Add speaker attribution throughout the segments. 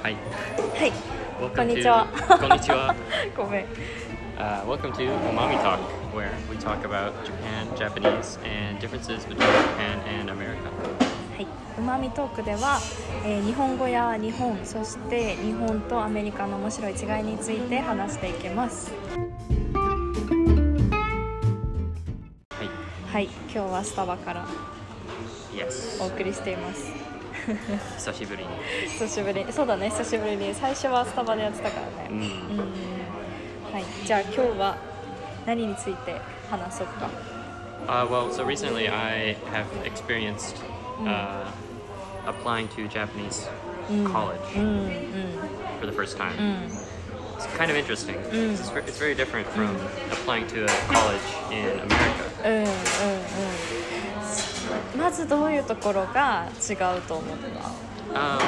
Speaker 1: はい
Speaker 2: Welcome
Speaker 1: こんに
Speaker 2: to-
Speaker 1: ちは
Speaker 2: konnichiwa.
Speaker 1: ごめん
Speaker 2: Uh, welcome to Umami Talk, where we talk about Japan, Japanese, and differences between Japan and America.
Speaker 1: はい、うまみトークでは、えー日本語や日本そして日本とアメリカの面白い違いについて話していきます
Speaker 2: はい
Speaker 1: はい今日はスタバから
Speaker 2: Yes.
Speaker 1: お送りしています
Speaker 2: 久しぶりに。
Speaker 1: 久しぶりそうだね久しぶりに最初はスタバでやってたから
Speaker 2: う
Speaker 1: ねうん
Speaker 2: ん。
Speaker 1: はいじゃあ今日は何について話そうか
Speaker 2: Uh, well, so recently I have experienced uh, applying to Japanese college
Speaker 1: うんうん
Speaker 2: for the first time.
Speaker 1: うん
Speaker 2: It's kind of interesting. It's, just ver- it's very different from applying to a college in America.
Speaker 1: うんうんうんまずどういうところが違うと思った
Speaker 2: Um,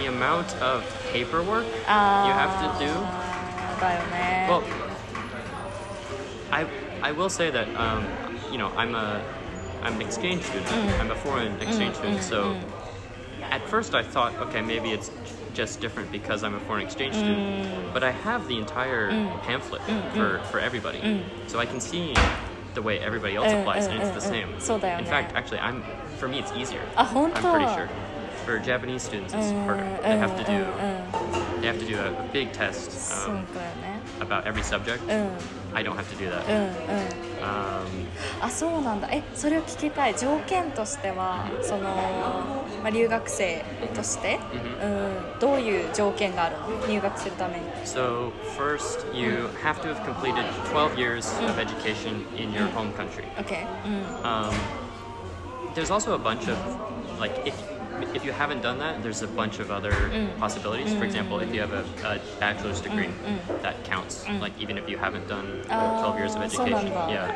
Speaker 2: the amount of paperwork
Speaker 1: あ
Speaker 2: you have
Speaker 1: あ
Speaker 2: to do
Speaker 1: だよね
Speaker 2: Well, I I will say that um, you know I'm a I'm an exchange student. I'm a foreign exchange student. so at first I thought, okay, maybe it's j- just different because I'm a foreign exchange student. But I have the entire pamphlet for for everybody, so I can see the way everybody else
Speaker 1: Mm,
Speaker 2: applies,
Speaker 1: mm,
Speaker 2: and it's the
Speaker 1: mm,
Speaker 2: same.
Speaker 1: mm. そうだよね。
Speaker 2: In fact, actually, I'm for me it's easier.
Speaker 1: あ、本当？
Speaker 2: I'm pretty sure. For Japanese students, it's harder. They have to
Speaker 1: うん
Speaker 2: do
Speaker 1: うんうん
Speaker 2: they have to do a, a big test
Speaker 1: そう
Speaker 2: um,
Speaker 1: だよね
Speaker 2: about every subject.
Speaker 1: うん
Speaker 2: I don't have to do
Speaker 1: う
Speaker 2: that.
Speaker 1: んうん
Speaker 2: Um,
Speaker 1: あそうなんだえそれを聞きたい条件としてはその、まあ、留学生として、うん、どういう条件があるの入学するために
Speaker 2: so first, you have to have completed 12 years of education in your home country.
Speaker 1: OK う
Speaker 2: Um, there's also a bunch of like if if you haven't done that, there's a bunch of other possibilities. For example, if you have a, a bachelor's degree, that counts. Like even if you haven't done 12 years of
Speaker 1: Ah, そうなんだ。
Speaker 2: education, yeah.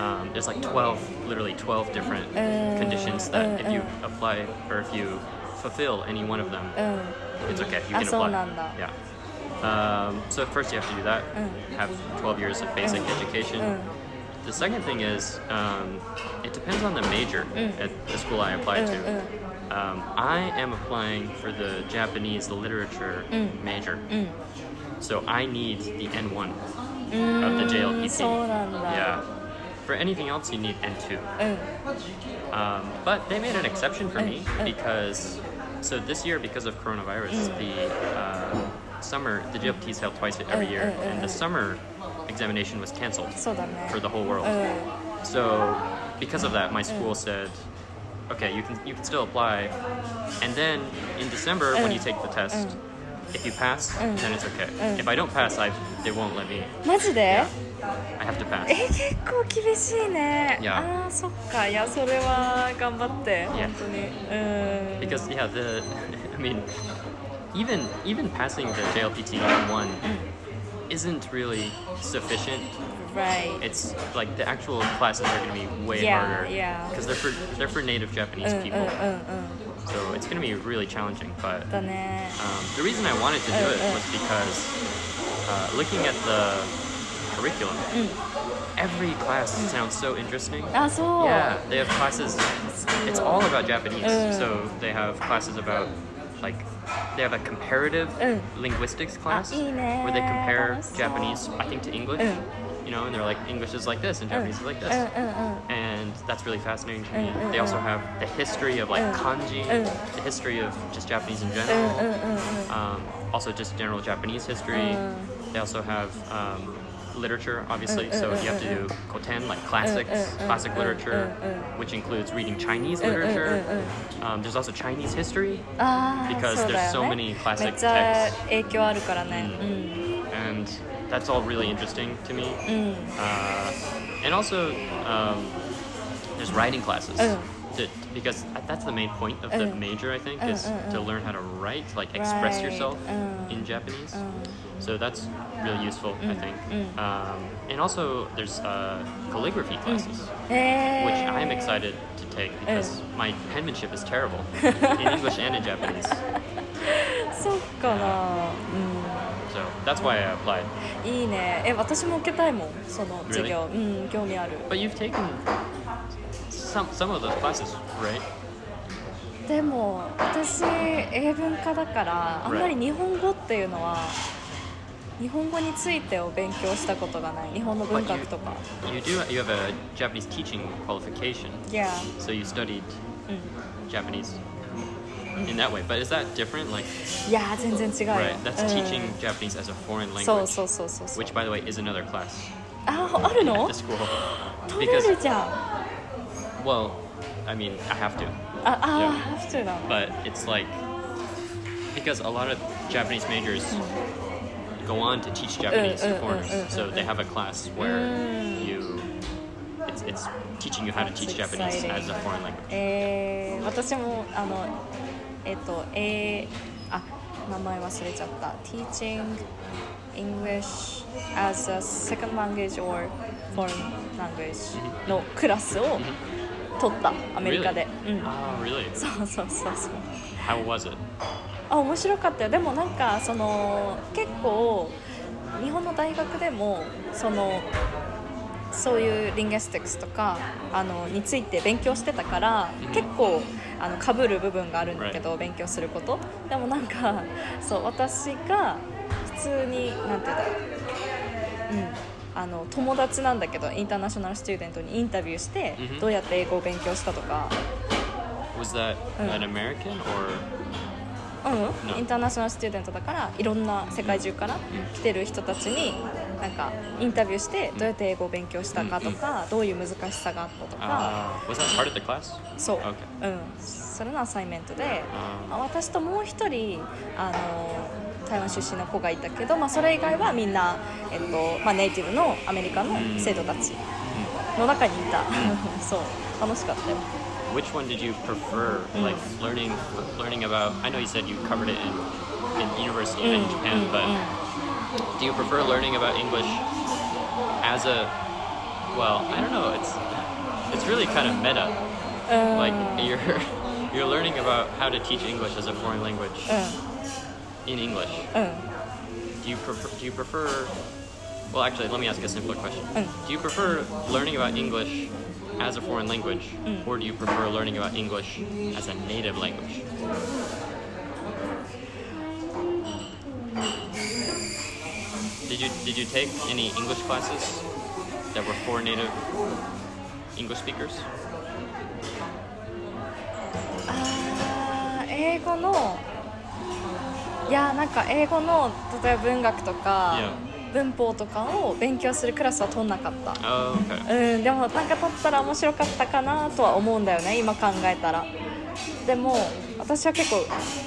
Speaker 2: Um, there's like 12, literally 12 different conditions that if you apply or if you fulfill any one of them,
Speaker 1: んうん
Speaker 2: It's okay. You
Speaker 1: あ
Speaker 2: can
Speaker 1: そう
Speaker 2: apply.
Speaker 1: なんだ
Speaker 2: Yeah. Um, so first you have to do that. Have 12 years of basic education. The second thing is um, it depends on the major at the school I applied to. Um, I am applying for the Japanese literature major. So I need the N1 of the
Speaker 1: うん
Speaker 2: JLPT.
Speaker 1: そうなんだ
Speaker 2: Yeah. For anything else, you need N2.
Speaker 1: うん
Speaker 2: Um, but they made an exception for me because, so this year because of coronavirus, the uh, summer the GLPT is held twice every year,
Speaker 1: mm,
Speaker 2: and the summer examination was canceled
Speaker 1: そうだね
Speaker 2: for the whole world.
Speaker 1: うん
Speaker 2: So because of that, my school said, okay, you can you can still apply, and then in December when you take the test, if you pass, then it's okay. If I don't pass, I they won't let me.
Speaker 1: マジで
Speaker 2: I have to
Speaker 1: え
Speaker 2: pass.
Speaker 1: 結構厳しいね
Speaker 2: Yeah.
Speaker 1: ああそっかいやそれは頑張って本
Speaker 2: Yeah.
Speaker 1: 当にうん
Speaker 2: because yeah the i mean even even passing the jlpt one isn't really sufficient
Speaker 1: right
Speaker 2: it's like the actual classes are going to be way
Speaker 1: Yeah,
Speaker 2: harder
Speaker 1: yeah. Uh,
Speaker 2: because they're for they're for native japanese
Speaker 1: うんうんうんう
Speaker 2: people
Speaker 1: ん uh.
Speaker 2: so it's going to be really challenging but
Speaker 1: だね
Speaker 2: um, the reason i wanted to do
Speaker 1: Uh,
Speaker 2: it
Speaker 1: uh.
Speaker 2: was because uh, looking at the curriculum
Speaker 1: Mm.
Speaker 2: every class sounds so interesting
Speaker 1: あそう
Speaker 2: yeah, they have classes. It's all about Japanese. So they have classes about, like, they have a comparative
Speaker 1: Mm.
Speaker 2: linguistics class
Speaker 1: いいね。
Speaker 2: where they compare
Speaker 1: 楽しそう。
Speaker 2: Japanese, I think, to English.
Speaker 1: Mm.
Speaker 2: You know, and they're like, English is like this and Japanese is like
Speaker 1: うん
Speaker 2: this.
Speaker 1: うんうん
Speaker 2: And that's really fascinating to me.
Speaker 1: Mm, mm,
Speaker 2: They also have the history of like
Speaker 1: Mm.
Speaker 2: kanji,
Speaker 1: Mm.
Speaker 2: the history of just Japanese in
Speaker 1: うんうん
Speaker 2: general,
Speaker 1: うんうん
Speaker 2: um, also just general Japanese history.
Speaker 1: Mm.
Speaker 2: They also have um, literature, obviously.
Speaker 1: Mm, mm,
Speaker 2: so you have to
Speaker 1: mm, mm,
Speaker 2: do koten, like classics,
Speaker 1: Mm, mm,
Speaker 2: classic
Speaker 1: mm,
Speaker 2: literature,
Speaker 1: mm, mm.
Speaker 2: which includes reading Chinese
Speaker 1: mm,
Speaker 2: literature. Um, there's also Chinese history,
Speaker 1: ああ
Speaker 2: Because
Speaker 1: そう
Speaker 2: there's
Speaker 1: だ
Speaker 2: so
Speaker 1: よ
Speaker 2: many
Speaker 1: ね
Speaker 2: classic
Speaker 1: めっちゃ影響あるからねうん
Speaker 2: and that's all really interesting to me.
Speaker 1: うん、
Speaker 2: Uh, and also, um, there's writing classes.
Speaker 1: Mm.
Speaker 2: To- because that's the main point of the
Speaker 1: Mm.
Speaker 2: major, I think,
Speaker 1: Mm,
Speaker 2: is
Speaker 1: mm,
Speaker 2: to
Speaker 1: mm.
Speaker 2: learn how to write, like express
Speaker 1: Right.
Speaker 2: yourself
Speaker 1: Mm.
Speaker 2: in Japanese.
Speaker 1: うん
Speaker 2: So that's really useful, I think.
Speaker 1: mm.
Speaker 2: Um, and also, there's uh, calligraphy classes,
Speaker 1: えー
Speaker 2: which I'm excited to take
Speaker 1: Oh.
Speaker 2: because my penmanship is terrible in English and in Japanese.
Speaker 1: そっかな、
Speaker 2: So that's why I applied.
Speaker 1: うん、いいねえ私も受けたいもんその授業、うん興味ある
Speaker 2: But you've taken some some of those classes, right?
Speaker 1: でも私英文科だからあんまり日本語っていうのは日本語についてを勉強したことがない日本の文
Speaker 2: But
Speaker 1: 学とか
Speaker 2: you, you do you have a Japanese teaching qualification,
Speaker 1: Yeah
Speaker 2: so you studied
Speaker 1: う
Speaker 2: Japanese in that way. But is that different? Like,
Speaker 1: んいやー全然違うよ
Speaker 2: right? That's
Speaker 1: うん
Speaker 2: teaching Japanese as a foreign
Speaker 1: そう
Speaker 2: language,
Speaker 1: そうそうそうそう
Speaker 2: which, by the way, is another class
Speaker 1: あある
Speaker 2: at
Speaker 1: の
Speaker 2: the school.
Speaker 1: 取れ
Speaker 2: Because
Speaker 1: るじゃんあ
Speaker 2: well, I mean, I have to,
Speaker 1: あー普通なの
Speaker 2: but it's like because a lot of Japanese majors go on to teach Japanese
Speaker 1: uh,
Speaker 2: to
Speaker 1: uh,
Speaker 2: foreigners,
Speaker 1: uh,
Speaker 2: so they have a class where
Speaker 1: Mm.
Speaker 2: you it's, it's teaching you how to
Speaker 1: That's
Speaker 2: teach Japanese
Speaker 1: exciting.
Speaker 2: as a foreign language.
Speaker 1: えー、私もあのえっ、とえー、あ名前忘れちゃった Teaching English as a second language or foreign language のクラスを取ったアメリ
Speaker 2: Really?
Speaker 1: カで、うん
Speaker 2: Oh, really?
Speaker 1: そうそうそうそう
Speaker 2: How was it?
Speaker 1: あ面白かったよでもなんかその結構日本の大学でもそのそういうリンゲスティクスとかあのについて勉強してたから、
Speaker 2: うん
Speaker 1: 結構あの被る部分があるんだけど、勉強することでもなんかそう私が普通になんて言うんだろう、うん、あの友達なんだけどインターナショナルスチューデントにインタビューして、
Speaker 2: うん
Speaker 1: どうやって英語を勉強したとか
Speaker 2: Was that
Speaker 1: Mm.
Speaker 2: an American or
Speaker 1: うん、
Speaker 2: No.
Speaker 1: インターナショナルスチューデントだからいろんな世界中から来てる人たちになんかインタビューしてどうやって英語を勉強したかとかどういう難しさがあったとか
Speaker 2: uh, was that part of the class?
Speaker 1: そう
Speaker 2: Okay.、
Speaker 1: うん、それのアサイメントで
Speaker 2: Uh,
Speaker 1: まあ私ともう一人あの台湾出身の子がいたけど、まあ、それ以外はみんな、えっとまあ、ネイティブのアメリカの生徒たち
Speaker 2: mm.
Speaker 1: の中にいた そう楽しかったよ
Speaker 2: Which one did you prefer? Like learning, learning about. I know you said you covered it in in university in Japan, but do you prefer learning about English as a? Well, I don't know. It's it's really kind of meta. Like you're you're learning about how to teach English as a foreign language in English.
Speaker 1: うんうん
Speaker 2: Do you prefer? Do you prefer? Well, actually, let me ask a simpler question.
Speaker 1: Mm.
Speaker 2: Do you prefer learning about English as a foreign language, or do you prefer learning about English as a native language?
Speaker 1: うん
Speaker 2: Did you Did you take any English classes that were for native English speakers?
Speaker 1: あー英語のいやなんか英語の例えば文学とか
Speaker 2: いや
Speaker 1: 文法とかを勉強するクラスは取んなかった、
Speaker 2: Oh, okay.
Speaker 1: うん、でもなんか取ったら面白かったかなとは思うんだよね今考えたらでも私は結構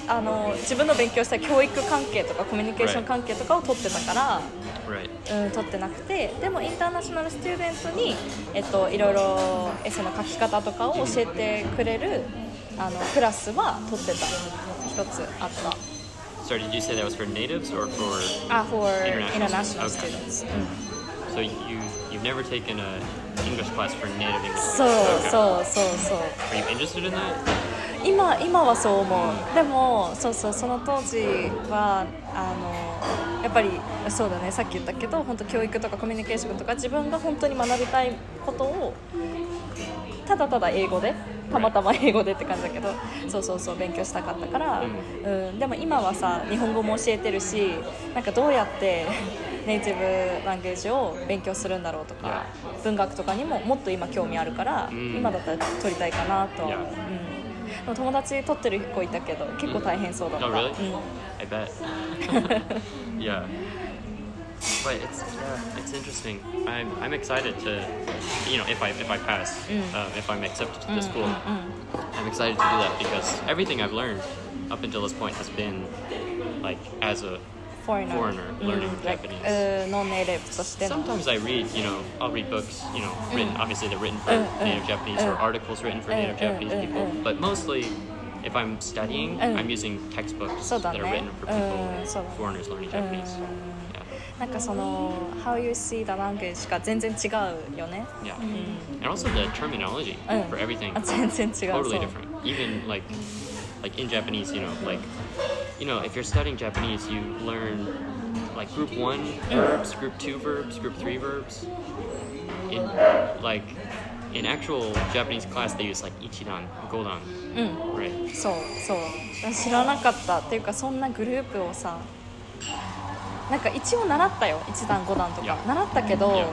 Speaker 1: あの自分の勉強した教育関係とかコミュニケーション
Speaker 2: Right.
Speaker 1: 関係とかを取ってたから、
Speaker 2: Right.
Speaker 1: うん、取ってなくてでもインターナショナルスチューデントに、えっと、いろいろエッセイの書き方とかを教えてくれるあのクラスは取ってた一つあっ
Speaker 2: Sorry, did you say that was for natives or for?
Speaker 1: たあ for
Speaker 2: International
Speaker 1: international
Speaker 2: students.
Speaker 1: students、
Speaker 2: So you you've never taken a English class for native English?
Speaker 1: そう
Speaker 2: speakers.
Speaker 1: そうそうそう
Speaker 2: Are you interested in that?
Speaker 1: 今今はそう思うでもそうそうその当時はあのやっぱりそうだねさっき言ったけど本当教育とかコミュニケーションとか自分が本当に学びたいことをただただ英語でたまたま英語でって感じだけどそうそうそう勉強したかったから、うん、でも今はさ日本語も教えてるしなんかどうやってネイティブランゲージを勉強するんだろうとか文学とかにももっと今興味あるから、
Speaker 2: うん
Speaker 1: 今だったら取りたいかなとは
Speaker 2: Yeah.
Speaker 1: うん、でも友達撮ってる子いたけど結構大変そうだった、
Speaker 2: Oh, really?
Speaker 1: うん
Speaker 2: I bet. yeah. But it's yeah, it's interesting. I'm I'm excited to, you know, if I if I pass,
Speaker 1: Mm.
Speaker 2: um, if I'm accepted to the
Speaker 1: うん
Speaker 2: school,
Speaker 1: うん
Speaker 2: I'm excited to do that because everything I've learned up until this point has been like as a
Speaker 1: foreigner,
Speaker 2: Foreigner learning
Speaker 1: うん like
Speaker 2: Japanese.
Speaker 1: うん non native としての
Speaker 2: Sometimes I read, you know, I'll read books, you know, written,
Speaker 1: Mm.
Speaker 2: obviously they're written for
Speaker 1: Mm, mm,
Speaker 2: native Japanese or
Speaker 1: mm.
Speaker 2: articles written for
Speaker 1: Mm,
Speaker 2: native
Speaker 1: mm,
Speaker 2: Japanese
Speaker 1: mm,
Speaker 2: people,
Speaker 1: mm.
Speaker 2: but mostly if I'm studying,
Speaker 1: Mm.
Speaker 2: I'm using textbooks
Speaker 1: そうだ
Speaker 2: that are
Speaker 1: ね
Speaker 2: written for
Speaker 1: うん
Speaker 2: people,
Speaker 1: そうだね
Speaker 2: foreigners learning
Speaker 1: うん
Speaker 2: Japanese. Yeah.
Speaker 1: なんかその how you see the language が全然違うよね
Speaker 2: Yeah.
Speaker 1: うん
Speaker 2: And also the terminology
Speaker 1: うん
Speaker 2: for everything.
Speaker 1: あ 全然違うそう
Speaker 2: Totally different. Even like like in Japanese, you know, like you know, if you're studying Japanese you learn like group one verbs, group two verbs, group three verbs. In like in actual Japanese class, they use like ichidan, godan,
Speaker 1: うん
Speaker 2: right?
Speaker 1: そうそう知らなかったっていうかそんなグループをさなんか一応習ったよ1段5段と
Speaker 2: い
Speaker 1: か
Speaker 2: や
Speaker 1: 習ったけど、
Speaker 2: いや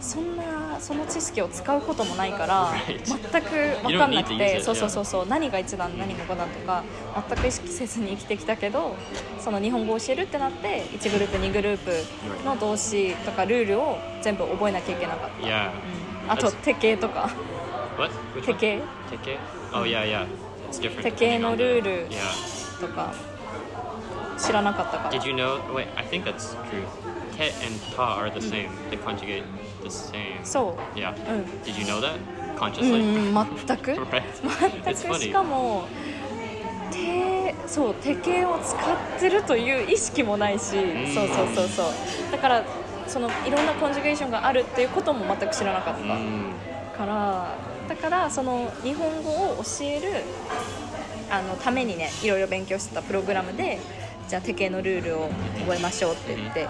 Speaker 1: そんなその知識を使うこともないから全
Speaker 2: Right.
Speaker 1: く分かんなく
Speaker 2: You don't need to use
Speaker 1: て
Speaker 2: it,
Speaker 1: そうそうそうそう何が1段何が5段とか全く意識せずに生きてきたけどその日本語を教えるってなって1グループ2グループの動詞とかルールを全部覚えなきゃいけなかった、
Speaker 2: Yeah.
Speaker 1: あと
Speaker 2: That's-
Speaker 1: 手形とか
Speaker 2: what? Which one?
Speaker 1: Mm. Teke.
Speaker 2: Teke? Oh yeah, yeah. It's different.
Speaker 1: Teke
Speaker 2: depending
Speaker 1: no
Speaker 2: on the-
Speaker 1: ruru.
Speaker 2: Yeah.
Speaker 1: とか知らなかったから
Speaker 2: Did you know? Wait, I think that's true. Te and ta are the same. They conjugate the same.
Speaker 1: そう
Speaker 2: Yeah.
Speaker 1: Mm.
Speaker 2: Did you know that
Speaker 1: う
Speaker 2: consciously?
Speaker 1: んうん全く
Speaker 2: right. it's
Speaker 1: 全く
Speaker 2: funny.
Speaker 1: しかも手そう手形を使ってるという意識もないし、
Speaker 2: ん
Speaker 1: そうそうそうそうだからそのいろんなコンジュゲーションがあるっていうことも全く知らなかった、
Speaker 2: Mm.
Speaker 1: からだからその日本語を教えるあのためにねいろいろ勉強してたプログラムでじゃあ手形のルールを覚えましょうって言って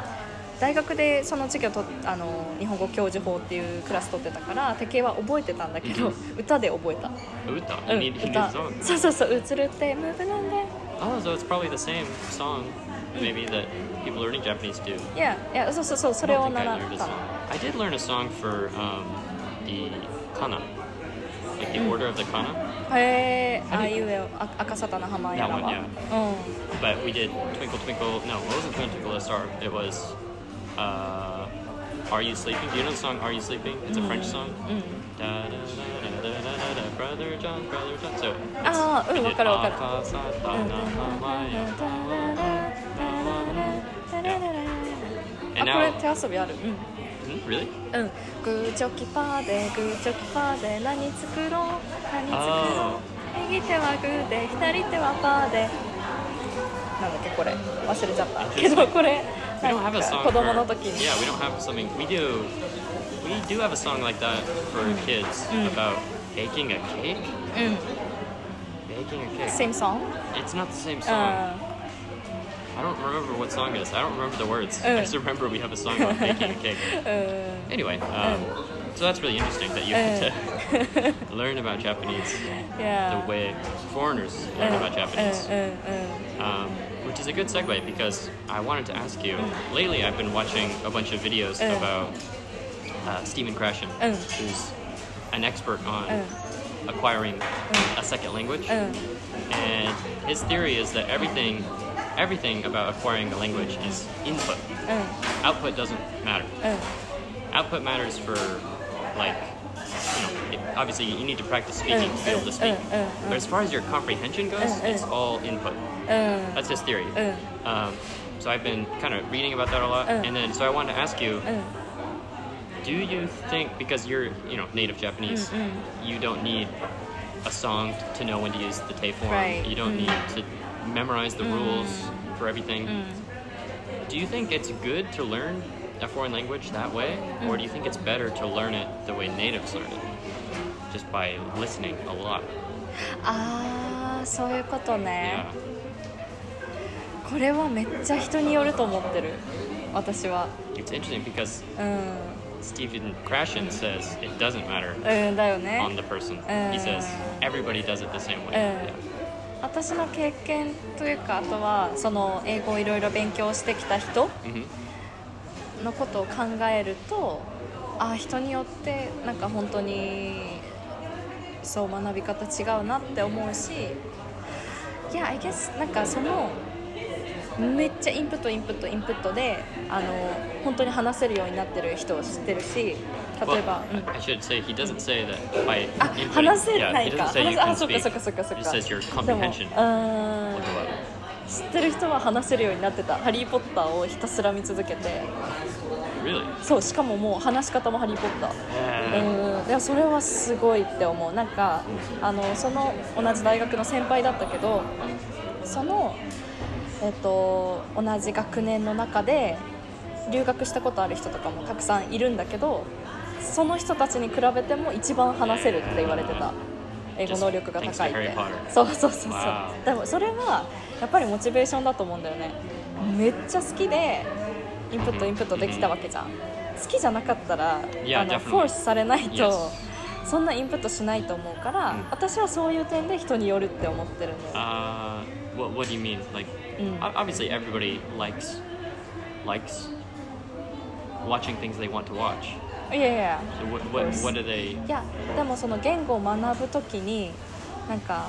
Speaker 1: 大学でその授業とあの日本語教授法っていうクラス取ってたから手形は覚えてたんだけど歌で覚えた、
Speaker 2: Uta.
Speaker 1: う
Speaker 2: You
Speaker 1: ん、
Speaker 2: need, you need
Speaker 1: 歌
Speaker 2: song.
Speaker 1: そうそうそう「うつるってムーブなんで
Speaker 2: Oh, so it's probably the same song, maybe that people learning Japanese do.
Speaker 1: いやいやそうそうそうそ
Speaker 2: I
Speaker 1: れを
Speaker 2: don't think I learned a
Speaker 1: 習った
Speaker 2: song. I did learn a song for um, the kana, like the order of the kana.
Speaker 1: へえあいうえおあ赤さたの浜やらは
Speaker 2: That
Speaker 1: うん
Speaker 2: But we did twinkle twinkle. No, what was it? Twinkle twinkle little star. It was. Uh, are you sleeping? Do you know the song "Are You Sleeping"? It's a French song. Da, da, da, da, da, da, da, da, brother John, brother John. So. it's-
Speaker 1: ああうん
Speaker 2: we
Speaker 1: わ
Speaker 2: did
Speaker 1: かるわかる
Speaker 2: "Akasata
Speaker 1: Mm-hmm.
Speaker 2: nahamaya tawa." And
Speaker 1: あこれ
Speaker 2: now-
Speaker 1: 手遊びある、
Speaker 2: Hmm, Really?
Speaker 1: うんうん、グーチョキパーでグーチョキパーで何作ろう何作ろ
Speaker 2: あ
Speaker 1: う右手はグーで左手はパーでなんだっけこれ忘れちゃったけどこれ
Speaker 2: We
Speaker 1: な
Speaker 2: don't have
Speaker 1: ん
Speaker 2: a
Speaker 1: か
Speaker 2: song.
Speaker 1: 子供
Speaker 2: for-
Speaker 1: の時に
Speaker 2: Yeah, we don't have something. We do. We do have a song like that for kids about baking a cake.
Speaker 1: うん
Speaker 2: Baking a cake.
Speaker 1: Same song?
Speaker 2: It's not the same
Speaker 1: うん
Speaker 2: song. I don't remember what song it is. I don't remember the words. I
Speaker 1: Mm.
Speaker 2: just remember we have a song about baking a cake.
Speaker 1: うん
Speaker 2: Anyway, um, so that's really interesting that you had to learn about Japanese
Speaker 1: Yeah.
Speaker 2: the way foreigners
Speaker 1: Uh.
Speaker 2: learn about Japanese.
Speaker 1: うんうんうん
Speaker 2: um, which is a good segue because I wanted to ask you. Lately, I've been watching a bunch of videos
Speaker 1: Mm.
Speaker 2: about uh, Stephen Krashen,
Speaker 1: Mm.
Speaker 2: who's an expert on
Speaker 1: Mm.
Speaker 2: acquiring a second language,
Speaker 1: うん
Speaker 2: and his theory is that everything, everything about acquiring a language is input.
Speaker 1: うん
Speaker 2: Output doesn't matter.
Speaker 1: うん
Speaker 2: Output matters for like. You know, it, obviously, you need to practice speaking to be able
Speaker 1: Mm,
Speaker 2: to speak.
Speaker 1: mm, mm, mm.
Speaker 2: But as far as your comprehension goes,
Speaker 1: Mm, mm.
Speaker 2: it's all input.
Speaker 1: うん
Speaker 2: That's his theory.
Speaker 1: Uh.
Speaker 2: Um, so I've been kind of reading about that a lot,
Speaker 1: Uh.
Speaker 2: and then so I wanted to ask you:
Speaker 1: うん
Speaker 2: Do you think because you're you know native Japanese, you don't need a song to know when to use the te form.
Speaker 1: Right. Mm.
Speaker 2: You don't need to memorize the rules for everything.
Speaker 1: Mm.
Speaker 2: Do you think it's good to learn a foreign language that way,
Speaker 1: Mm.
Speaker 2: or do you think it's better to learn it the way natives learn it, just by listening a lot?
Speaker 1: ああそういうことね、
Speaker 2: Yeah.
Speaker 1: これはめっちゃ人によると思ってる私は
Speaker 2: It's interesting because
Speaker 1: うん、
Speaker 2: Stephen Krashen says it doesn't matter
Speaker 1: うん、だよ
Speaker 2: on
Speaker 1: ね
Speaker 2: the person.
Speaker 1: Uh.
Speaker 2: he says everybody does it the same way.
Speaker 1: Uh. 私の経験というかあとはその英語をいろいろ勉強してきた人
Speaker 2: Mhm.
Speaker 1: のことを考えるとああ人によってなんか本当にそう学び方違うなって思うしいや I guess なんかそのめっちゃインプットインプットインプットであの本当に話せるようになってる人を知ってるし例え
Speaker 2: Well,
Speaker 1: ば、うん
Speaker 2: I should say he doesn't say that by
Speaker 1: あ
Speaker 2: inputting-
Speaker 1: 話せ
Speaker 2: yeah,
Speaker 1: な
Speaker 2: he
Speaker 1: いか
Speaker 2: doesn't say
Speaker 1: 話
Speaker 2: you
Speaker 1: せあ
Speaker 2: can
Speaker 1: そっか
Speaker 2: speak.
Speaker 1: そっかそっかそっ
Speaker 2: He
Speaker 1: か
Speaker 2: just says your
Speaker 1: でも
Speaker 2: comprehension.
Speaker 1: うーん
Speaker 2: Look at that.
Speaker 1: 知ってる人は話せるようになってた「ハリー・ポッター」をひたすら見続けて
Speaker 2: Really?
Speaker 1: そうしかももう話し方も「ハリー・ポッター」うんいやそれはすごいって思うなんかあのその同じ大学の先輩だったけどその、えっと同じ学年の中で留学したことある人とかもたくさんいるんだけどその人たちに比べても一番話せるって言われてた英語能力が高い
Speaker 2: Just thanks to
Speaker 1: っ
Speaker 2: Harry
Speaker 1: て
Speaker 2: Potter.
Speaker 1: そうそうそうそう
Speaker 2: Wow.
Speaker 1: でもそれはやっぱりモチベーションだと思うんだよねめっちゃ好きでインプットインプットできたわけじゃん好きじゃなかったら
Speaker 2: Yeah,
Speaker 1: あの
Speaker 2: definitely.
Speaker 1: フォースされないと
Speaker 2: Yes.
Speaker 1: そそんなインプットしないと思うから、
Speaker 2: うん
Speaker 1: 私はそういう点で人によるって思ってるんだよ、
Speaker 2: Uh, what What do you mean? Like,
Speaker 1: Mm.
Speaker 2: ob- obviously, everybody likes likes watching things they want to watch.
Speaker 1: いやいや
Speaker 2: So what What,
Speaker 1: course.
Speaker 2: what do they?
Speaker 1: いやでもその言語を学ぶ時になんか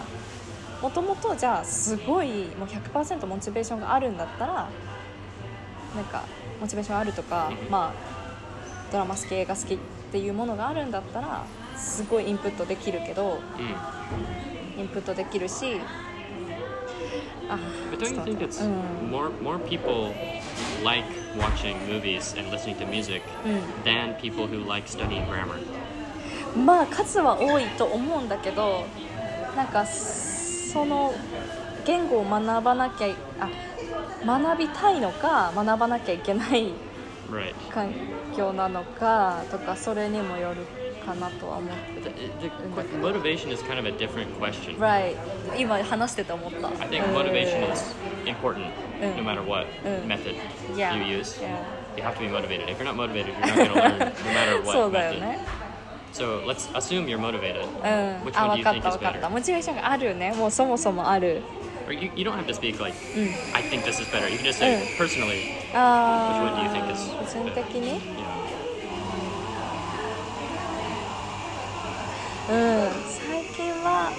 Speaker 1: もともとじゃあすごいもう100%モチベーションがあるんだったらなんかモチベーションあるとか、
Speaker 2: うん
Speaker 1: まあ、ドラマ好き映画好きっていうものがあるんだったらすごいインプットできるけど
Speaker 2: Mm.
Speaker 1: インプットできるしあ
Speaker 2: But
Speaker 1: ち
Speaker 2: don't
Speaker 1: ょっ
Speaker 2: you think
Speaker 1: と待って
Speaker 2: it's
Speaker 1: うん、
Speaker 2: more more people like watching movies and listening to music
Speaker 1: Mm.
Speaker 2: than people who like studying grammar?
Speaker 1: まあ数は多いと思うんだけどなんかその言語を学ばなきゃいあ学びたいのか学ばなきゃいけない
Speaker 2: Right.
Speaker 1: 環境なのかとかそれにもよるかなとは思って。
Speaker 2: But the, the qu- motivation is kind of a different question.
Speaker 1: Right. 今話してて思った。
Speaker 2: I think motivation is important no
Speaker 1: Mm.
Speaker 2: matter what
Speaker 1: Mm.
Speaker 2: method
Speaker 1: Yeah.
Speaker 2: you use.
Speaker 1: Yeah.
Speaker 2: You have to be motivated. If you're not motivated, you're not going to learn no matter
Speaker 1: そ
Speaker 2: what
Speaker 1: うだよ
Speaker 2: method.
Speaker 1: ね。
Speaker 2: So let's assume you're motivated.
Speaker 1: うん。あ
Speaker 2: Which、one do
Speaker 1: 分
Speaker 2: you
Speaker 1: かっ
Speaker 2: think
Speaker 1: た
Speaker 2: is
Speaker 1: 分かった。
Speaker 2: better?
Speaker 1: モチベーションがあるよね。もうそもそもある。
Speaker 2: Or you, you don't have to speak like,
Speaker 1: うん。
Speaker 2: I think this is better. You can just say,
Speaker 1: Mm.
Speaker 2: personally, which
Speaker 1: あ
Speaker 2: one do you think
Speaker 1: あ
Speaker 2: is
Speaker 1: 個人
Speaker 2: better?
Speaker 1: 的
Speaker 2: Yeah.
Speaker 1: にうん最近は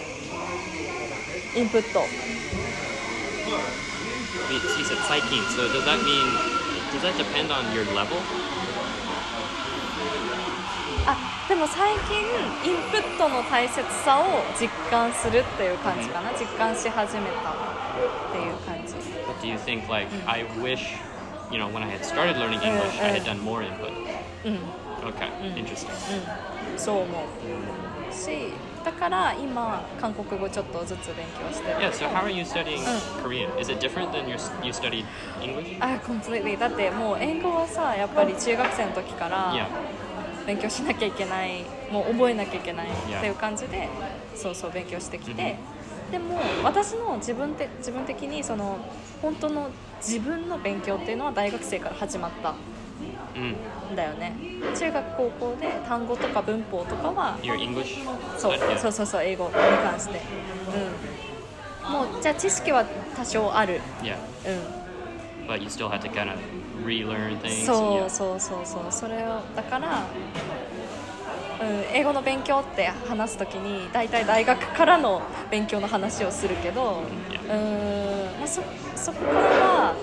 Speaker 1: インプット
Speaker 2: He, he said psyching. So does that mean, does that depend on your level?
Speaker 1: あでも最近インプットの大切さを実感するっていう感じかな実感し始めたっていう感じ
Speaker 2: But do you think like, I wish, you know, when I had started learning English, I had
Speaker 1: mm.
Speaker 2: done more input?
Speaker 1: うん
Speaker 2: Okay, interesting.
Speaker 1: Mm. うんそう思うしだから今韓国語ちょっとずつ勉強してる
Speaker 2: Yeah, so how are you studying
Speaker 1: Mm.
Speaker 2: Korean? Is it different than your, you studied English?
Speaker 1: あ、コンプリートだってもう英語はさやっぱり中学生の時から
Speaker 2: Yeah.
Speaker 1: 勉強しなきゃいけないもう覚えなきゃいけない
Speaker 2: Yeah.
Speaker 1: っていう感じでそうそう勉強してきて、でも私の自分て自分的にその本当の自分の勉強っていうのは大学生から始まった
Speaker 2: Mm.
Speaker 1: んだよね中学高校で単語とか文法とかは
Speaker 2: Your English?
Speaker 1: そう
Speaker 2: study? Yeah.
Speaker 1: そうそうそう英語に関して、うん、もうじゃあ知識は多少ある、
Speaker 2: Yeah.
Speaker 1: うん、
Speaker 2: But you still had to kind of relearn things.
Speaker 1: そう
Speaker 2: yeah.
Speaker 1: そうそうそうそれをだから、うん、英語の勉強って話す時に大体大学からの勉強の話をするけど、うんまあ、そそこからは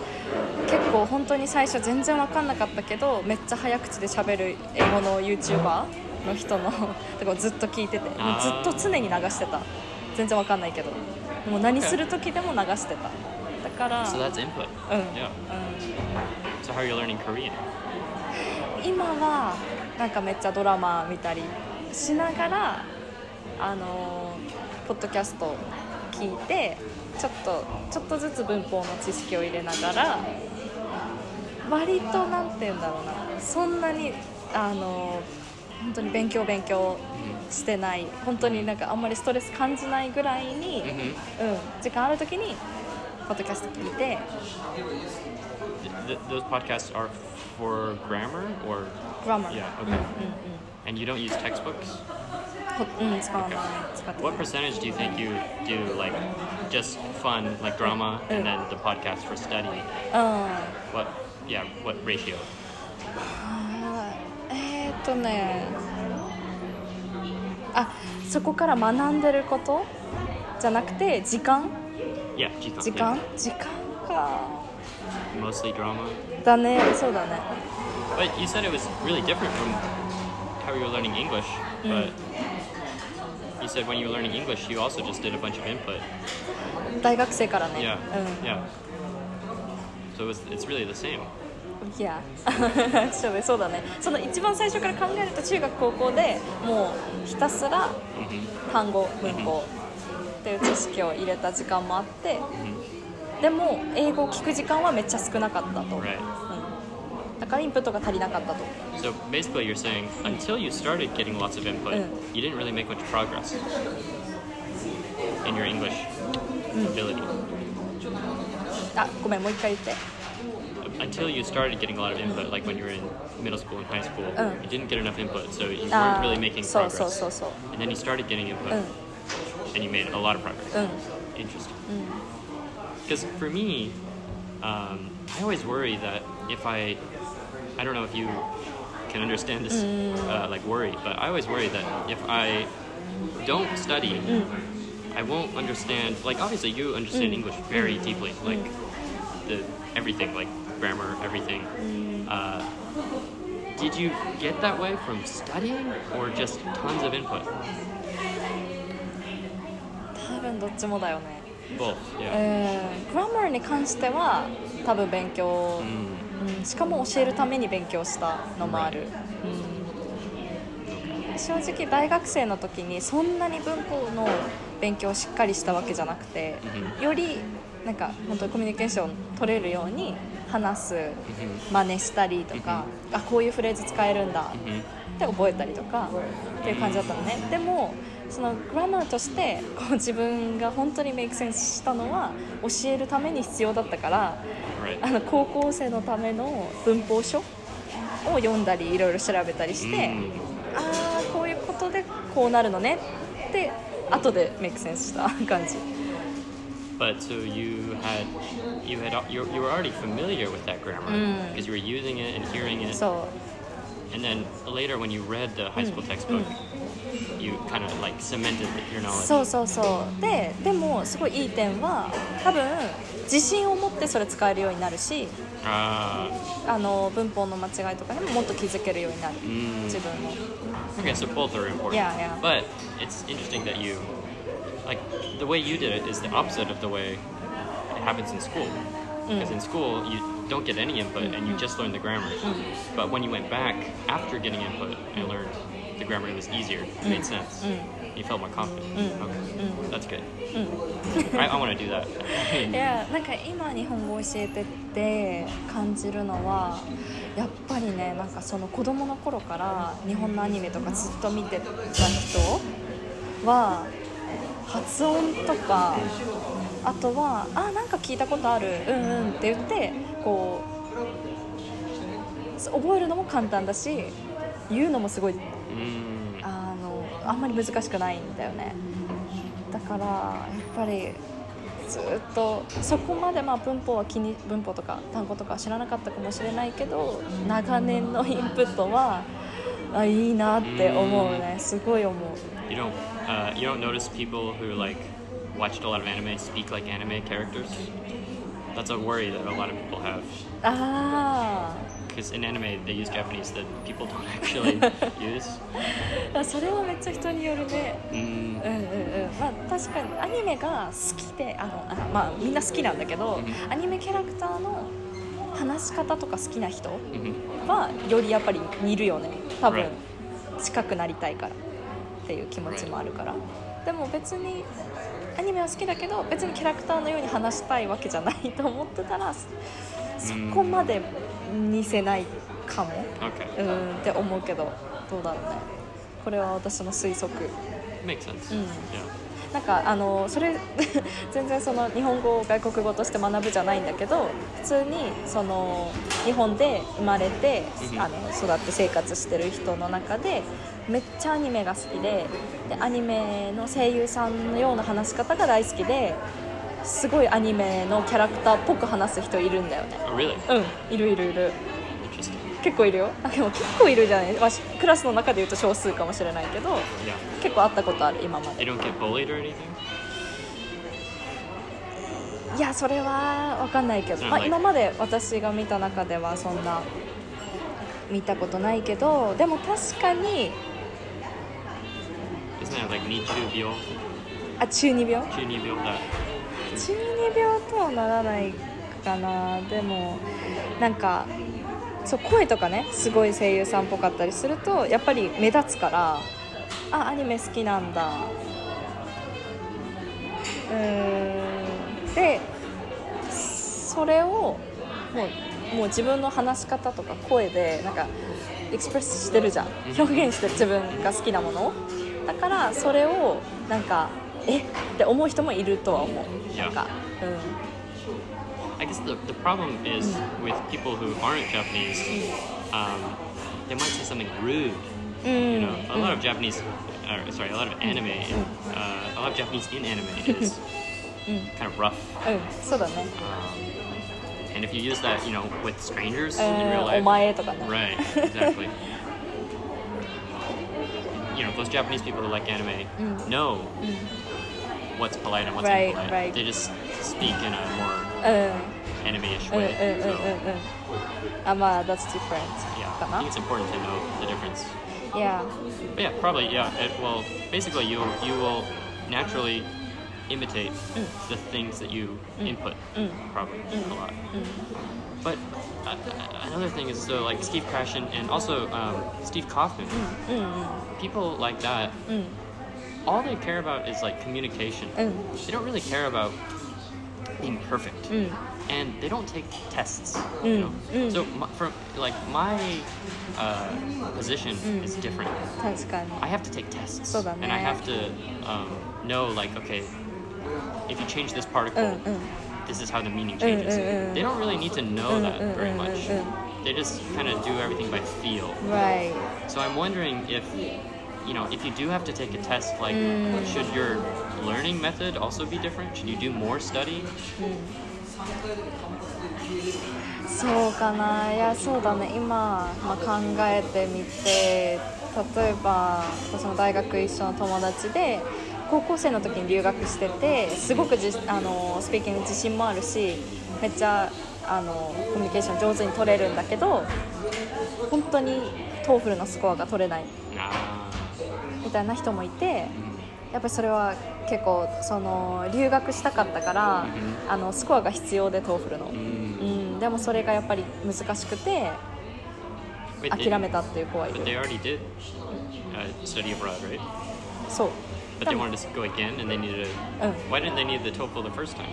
Speaker 1: 結構本当に最初全然分かんなかったけどめっちゃ早口で喋る英語の YouTuber の人の とかをずっと聞いててもうず
Speaker 2: あー
Speaker 1: っと常に流してた全然分かんないけどもう何する時でも流してただから、
Speaker 2: So that's input.
Speaker 1: うん、
Speaker 2: Yeah.
Speaker 1: うん
Speaker 2: So how are you learning Korean?
Speaker 1: 今はなんかめっちゃドラマ見たりしながらあのーポッドキャスト聞いてちょっとちょっとずつ文法の知識を入れながら割となんて言うんだろうなそんなにあのー本当に勉強勉強してない本当になんかあんまりストレス感じないぐらいに、うん、
Speaker 2: hmm
Speaker 1: 時間ある時にポッドキャスト聞いて
Speaker 2: Th- th- those podcasts are for grammar or
Speaker 1: グラマー、
Speaker 2: yeah
Speaker 1: うんうん
Speaker 2: okay. And you don't use textbooks.
Speaker 1: うんほうん使わない使ってない
Speaker 2: What percentage do you think you do like just fun like drama and then the podcast for study?
Speaker 1: うん
Speaker 2: What yeah what ratio?
Speaker 1: あーえーっとねあそこから学んでることじゃなくて時間
Speaker 2: Yeah, jikang.
Speaker 1: 時間時間か
Speaker 2: Yeah. Mostly drama.
Speaker 1: だねそうだね
Speaker 2: But you said it was really different from how you were learning English.
Speaker 1: Mm.
Speaker 2: But you said when you were learning English, you also just did a bunch of input.
Speaker 1: 大学生からね
Speaker 2: Yeah.
Speaker 1: うん
Speaker 2: Yeah. So it's, it's really the same.
Speaker 1: いや そうねそうだねその一番最初から考えると中学高校でもうひたすら
Speaker 2: hmm
Speaker 1: 単語文法っていう知識を入れた時間もあってでも英語を聞く時間はめっちゃ少なかったと、うん
Speaker 2: Right.
Speaker 1: だからインプットが足りなかったと
Speaker 2: So basically, you're saying until you started getting lots of input,
Speaker 1: Mm.
Speaker 2: you didn't really make much progress in your
Speaker 1: Mm.
Speaker 2: English ability.
Speaker 1: あごめんもう一回言って
Speaker 2: Uh, until you started getting a lot of input, like when you were in middle school and high school,
Speaker 1: Mm. Ah,
Speaker 2: you didn't get enough input, so you
Speaker 1: あ
Speaker 2: weren't really making
Speaker 1: ーそうそう
Speaker 2: progress.
Speaker 1: そうそう
Speaker 2: And then you started getting input,
Speaker 1: Mm.
Speaker 2: and you made a lot of progress.
Speaker 1: うん
Speaker 2: Interesting. Because for me, um, I always worry that if I, I don't know if you can understand this uh, like worry, but I always worry that if I don't study, I won't understand. Like obviously, you understand English very deeply, like the everything, like grammar, everything. Uh, did you get that way from studying or just tons of input?
Speaker 1: 多分どっちもだよね
Speaker 2: Both, yeah.
Speaker 1: うんグラマーに関しては多分勉強、うんしかも教えるために勉強したのもある、うん正直大学生の時にそんなに文法の勉強をしっかりしたわけじゃなくて、よりなんか本当にコミュニケーション取れるように話す真似したりとか、あこういうフレーズ使えるんだ
Speaker 2: Mhm.
Speaker 1: で覚えたりとかっていう感じだったのねでもそのグラマーとしてこう自分が本当にメイクセンスしたのは教えるために必要だったからあ
Speaker 2: Right.
Speaker 1: の高校生のための文法書を読んだりいろいろ調べたりして、
Speaker 2: Mm.
Speaker 1: ああこういうことでこうなるのねって後でメイクセンスした感じ
Speaker 2: But so you had you had al- you, you were already familiar with that grammar
Speaker 1: Mm.
Speaker 2: because you were using it and hearing it,
Speaker 1: そ
Speaker 2: and then later when you read the high school textbook, you kind of like cemented your
Speaker 1: う
Speaker 2: knowledge.
Speaker 1: そうそうそうででもすごいいい点は多分自信を持ってそれ使えるようになるし
Speaker 2: Ah,
Speaker 1: あの文法の間違いとかにももっと気づけるようになる、
Speaker 2: Mm.
Speaker 1: 自分の
Speaker 2: okay, so both are important.
Speaker 1: Yeah, yeah.
Speaker 2: But it's interesting that you like the way you did it is the opposite of the way it happens in school.
Speaker 1: Mm.
Speaker 2: Because in school you don't get any input and
Speaker 1: Mm-hmm.
Speaker 2: you just learn the grammar. But when you went back after getting input and
Speaker 1: Mm.
Speaker 2: learned the grammar, it was easier. It made sense. You felt more confident.
Speaker 1: Mm.
Speaker 2: Okay. That's good. I, I want to do that.
Speaker 1: いやなんか今日本語を教えてて感じるのはやっぱりねなんかその子供の頃から日本のアニメとかずっと見てた人は発音とかあとは「あなんか聞いたことあるうんうん」って言ってこうそう覚えるのも簡単だし言うのもすごい
Speaker 2: Mm,
Speaker 1: あのあんまり難しくないんだよねだからやっぱりずっとそこまでまあ文法は気に文法とか単語とかは知らなかったかもしれないけど長年のインプットはあいいなって思うねすごい思う
Speaker 2: you don't uh, you don't notice people who like watched a lot of anime speak like anime characters. That's a worry that a lot of people have.
Speaker 1: あ
Speaker 2: Because in anime they use Japanese that people don't actually use.
Speaker 1: あそれはめっちゃ人によるね
Speaker 2: Mm,
Speaker 1: うんうんうんまあ確かにアニメが好きであのあまあみんな好きなんだけどアニメキャラクターの話し方とか好きな人
Speaker 2: mhm.
Speaker 1: はよりやっぱり似るよね多分
Speaker 2: Right.
Speaker 1: 近くなりたいからっていう気持ちもあるから、でも別にアニメは好きだけど別にキャラクターのように話したいわけじゃないと思ってたらそそこまで似せないかも
Speaker 2: Okay.
Speaker 1: うーんって思うけどどうだろうねこれは私の推測
Speaker 2: Makes sense.
Speaker 1: Mm.
Speaker 2: Yeah.
Speaker 1: なんかあのそれ 全然その日本語を外国語として学ぶじゃないんだけど普通にその日本で生まれて
Speaker 2: うん
Speaker 1: あの育って生活してる人の中でめっちゃアニメが好きででアニメの声優さんのような話し方が大好きですごいアニメのキャラクターっぽく話す人いるんだよね
Speaker 2: Oh, really?
Speaker 1: うんいるいるいる
Speaker 2: Interesting.
Speaker 1: 結構いるよあでも結構いるじゃない、まあ、クラスの中で言うと少数かもしれないけど
Speaker 2: Yeah.
Speaker 1: 結構会ったことある今まで
Speaker 2: They don't get bullied or anything?
Speaker 1: いやそれは分かんないけど、
Speaker 2: うん
Speaker 1: まあ、
Speaker 2: はい
Speaker 1: 今まで私が見た中ではそんな見たことないけどでも確かに
Speaker 2: Isn't that like Nichu Bio?
Speaker 1: あ中二病
Speaker 2: Chuni Bio that.
Speaker 1: 中二病とはならないかなでもなんかそう声とかねすごい声優さんっぽかったりするとやっぱり目立つからあアニメ好きなんだうーんでそれをもうもう自分の話し方とか声でなんかエクスプレスしてるじゃん表現してる自分が好きなものをだからそれをなんかえって思う人もいるとは思う
Speaker 2: Yeah.
Speaker 1: なんか、
Speaker 2: I guess the, the problem is with people who aren't Japanese, um, they might say something rude. You know, a lot of Japanese, uh, sorry, a lot of anime, in, uh, a lot of Japanese in anime is
Speaker 1: Mm-hmm.
Speaker 2: kind of rough. um,
Speaker 1: うんそうだね
Speaker 2: And if you use that, you know, with strangers
Speaker 1: う
Speaker 2: in real
Speaker 1: ん
Speaker 2: life,
Speaker 1: お前とかね
Speaker 2: Right, exactly. you know, those Japanese people who like anime know what's polite and what's
Speaker 1: Mm. Right,
Speaker 2: impolite.
Speaker 1: right.
Speaker 2: They just speak in a
Speaker 1: うん
Speaker 2: more anime-ish
Speaker 1: うんうんうん
Speaker 2: way.
Speaker 1: うん
Speaker 2: So,
Speaker 1: うんあまあ that's different
Speaker 2: yeah,
Speaker 1: か
Speaker 2: I
Speaker 1: な
Speaker 2: think it's important to know the difference.
Speaker 1: Yeah
Speaker 2: But yeah, probably, yeah. It will, basically, you, you will naturally imitate the things that you input, probably, a lot. But uh, another thing is, so, like, Steve Krashen and also um, Steve Kaufman, people like that, all they care about is, like, communication.
Speaker 1: Mm.
Speaker 2: They don't really care about being perfect. And they don't take tests. You know? So, my, for, like, my uh, position is different.
Speaker 1: 確かに
Speaker 2: I have to take tests,
Speaker 1: そうだ
Speaker 2: and I
Speaker 1: ね
Speaker 2: have to um, know like okay, if you change this particle,
Speaker 1: うんうん
Speaker 2: this is how the meaning changes.
Speaker 1: うんうんうん。
Speaker 2: They don't really need to know that very much.
Speaker 1: うんうんうんうん。
Speaker 2: They just kind of do everything by feel.
Speaker 1: Right
Speaker 2: So I'm wondering if you know if you do have to take a test, like should your learning method also be different? Should you do more study?
Speaker 1: そうかないやそうだね今、まあ、考えてみて例えば私も大学一緒の友達で高校生の時に留学しててすごくじあのスピーキング自信もあるしめっちゃあのコミュニケーション上手に取れるんだけど本当にトーフルのスコアが取れない
Speaker 2: Nah.
Speaker 1: みたいな人もいてやっぱりそれは結構その留学したかったからあのスコアが必要でトーフルの。
Speaker 2: Mm.
Speaker 1: うん、でもそれがやっぱり難しくて
Speaker 2: Wait,
Speaker 1: 諦
Speaker 2: they,
Speaker 1: めたっていう子はい
Speaker 2: but they
Speaker 1: る
Speaker 2: already did uh, study abroad, right?
Speaker 1: そう
Speaker 2: But they wanted to go again, and they needed. A,
Speaker 1: Oh.
Speaker 2: Why didn't they need the TOEFL the first time?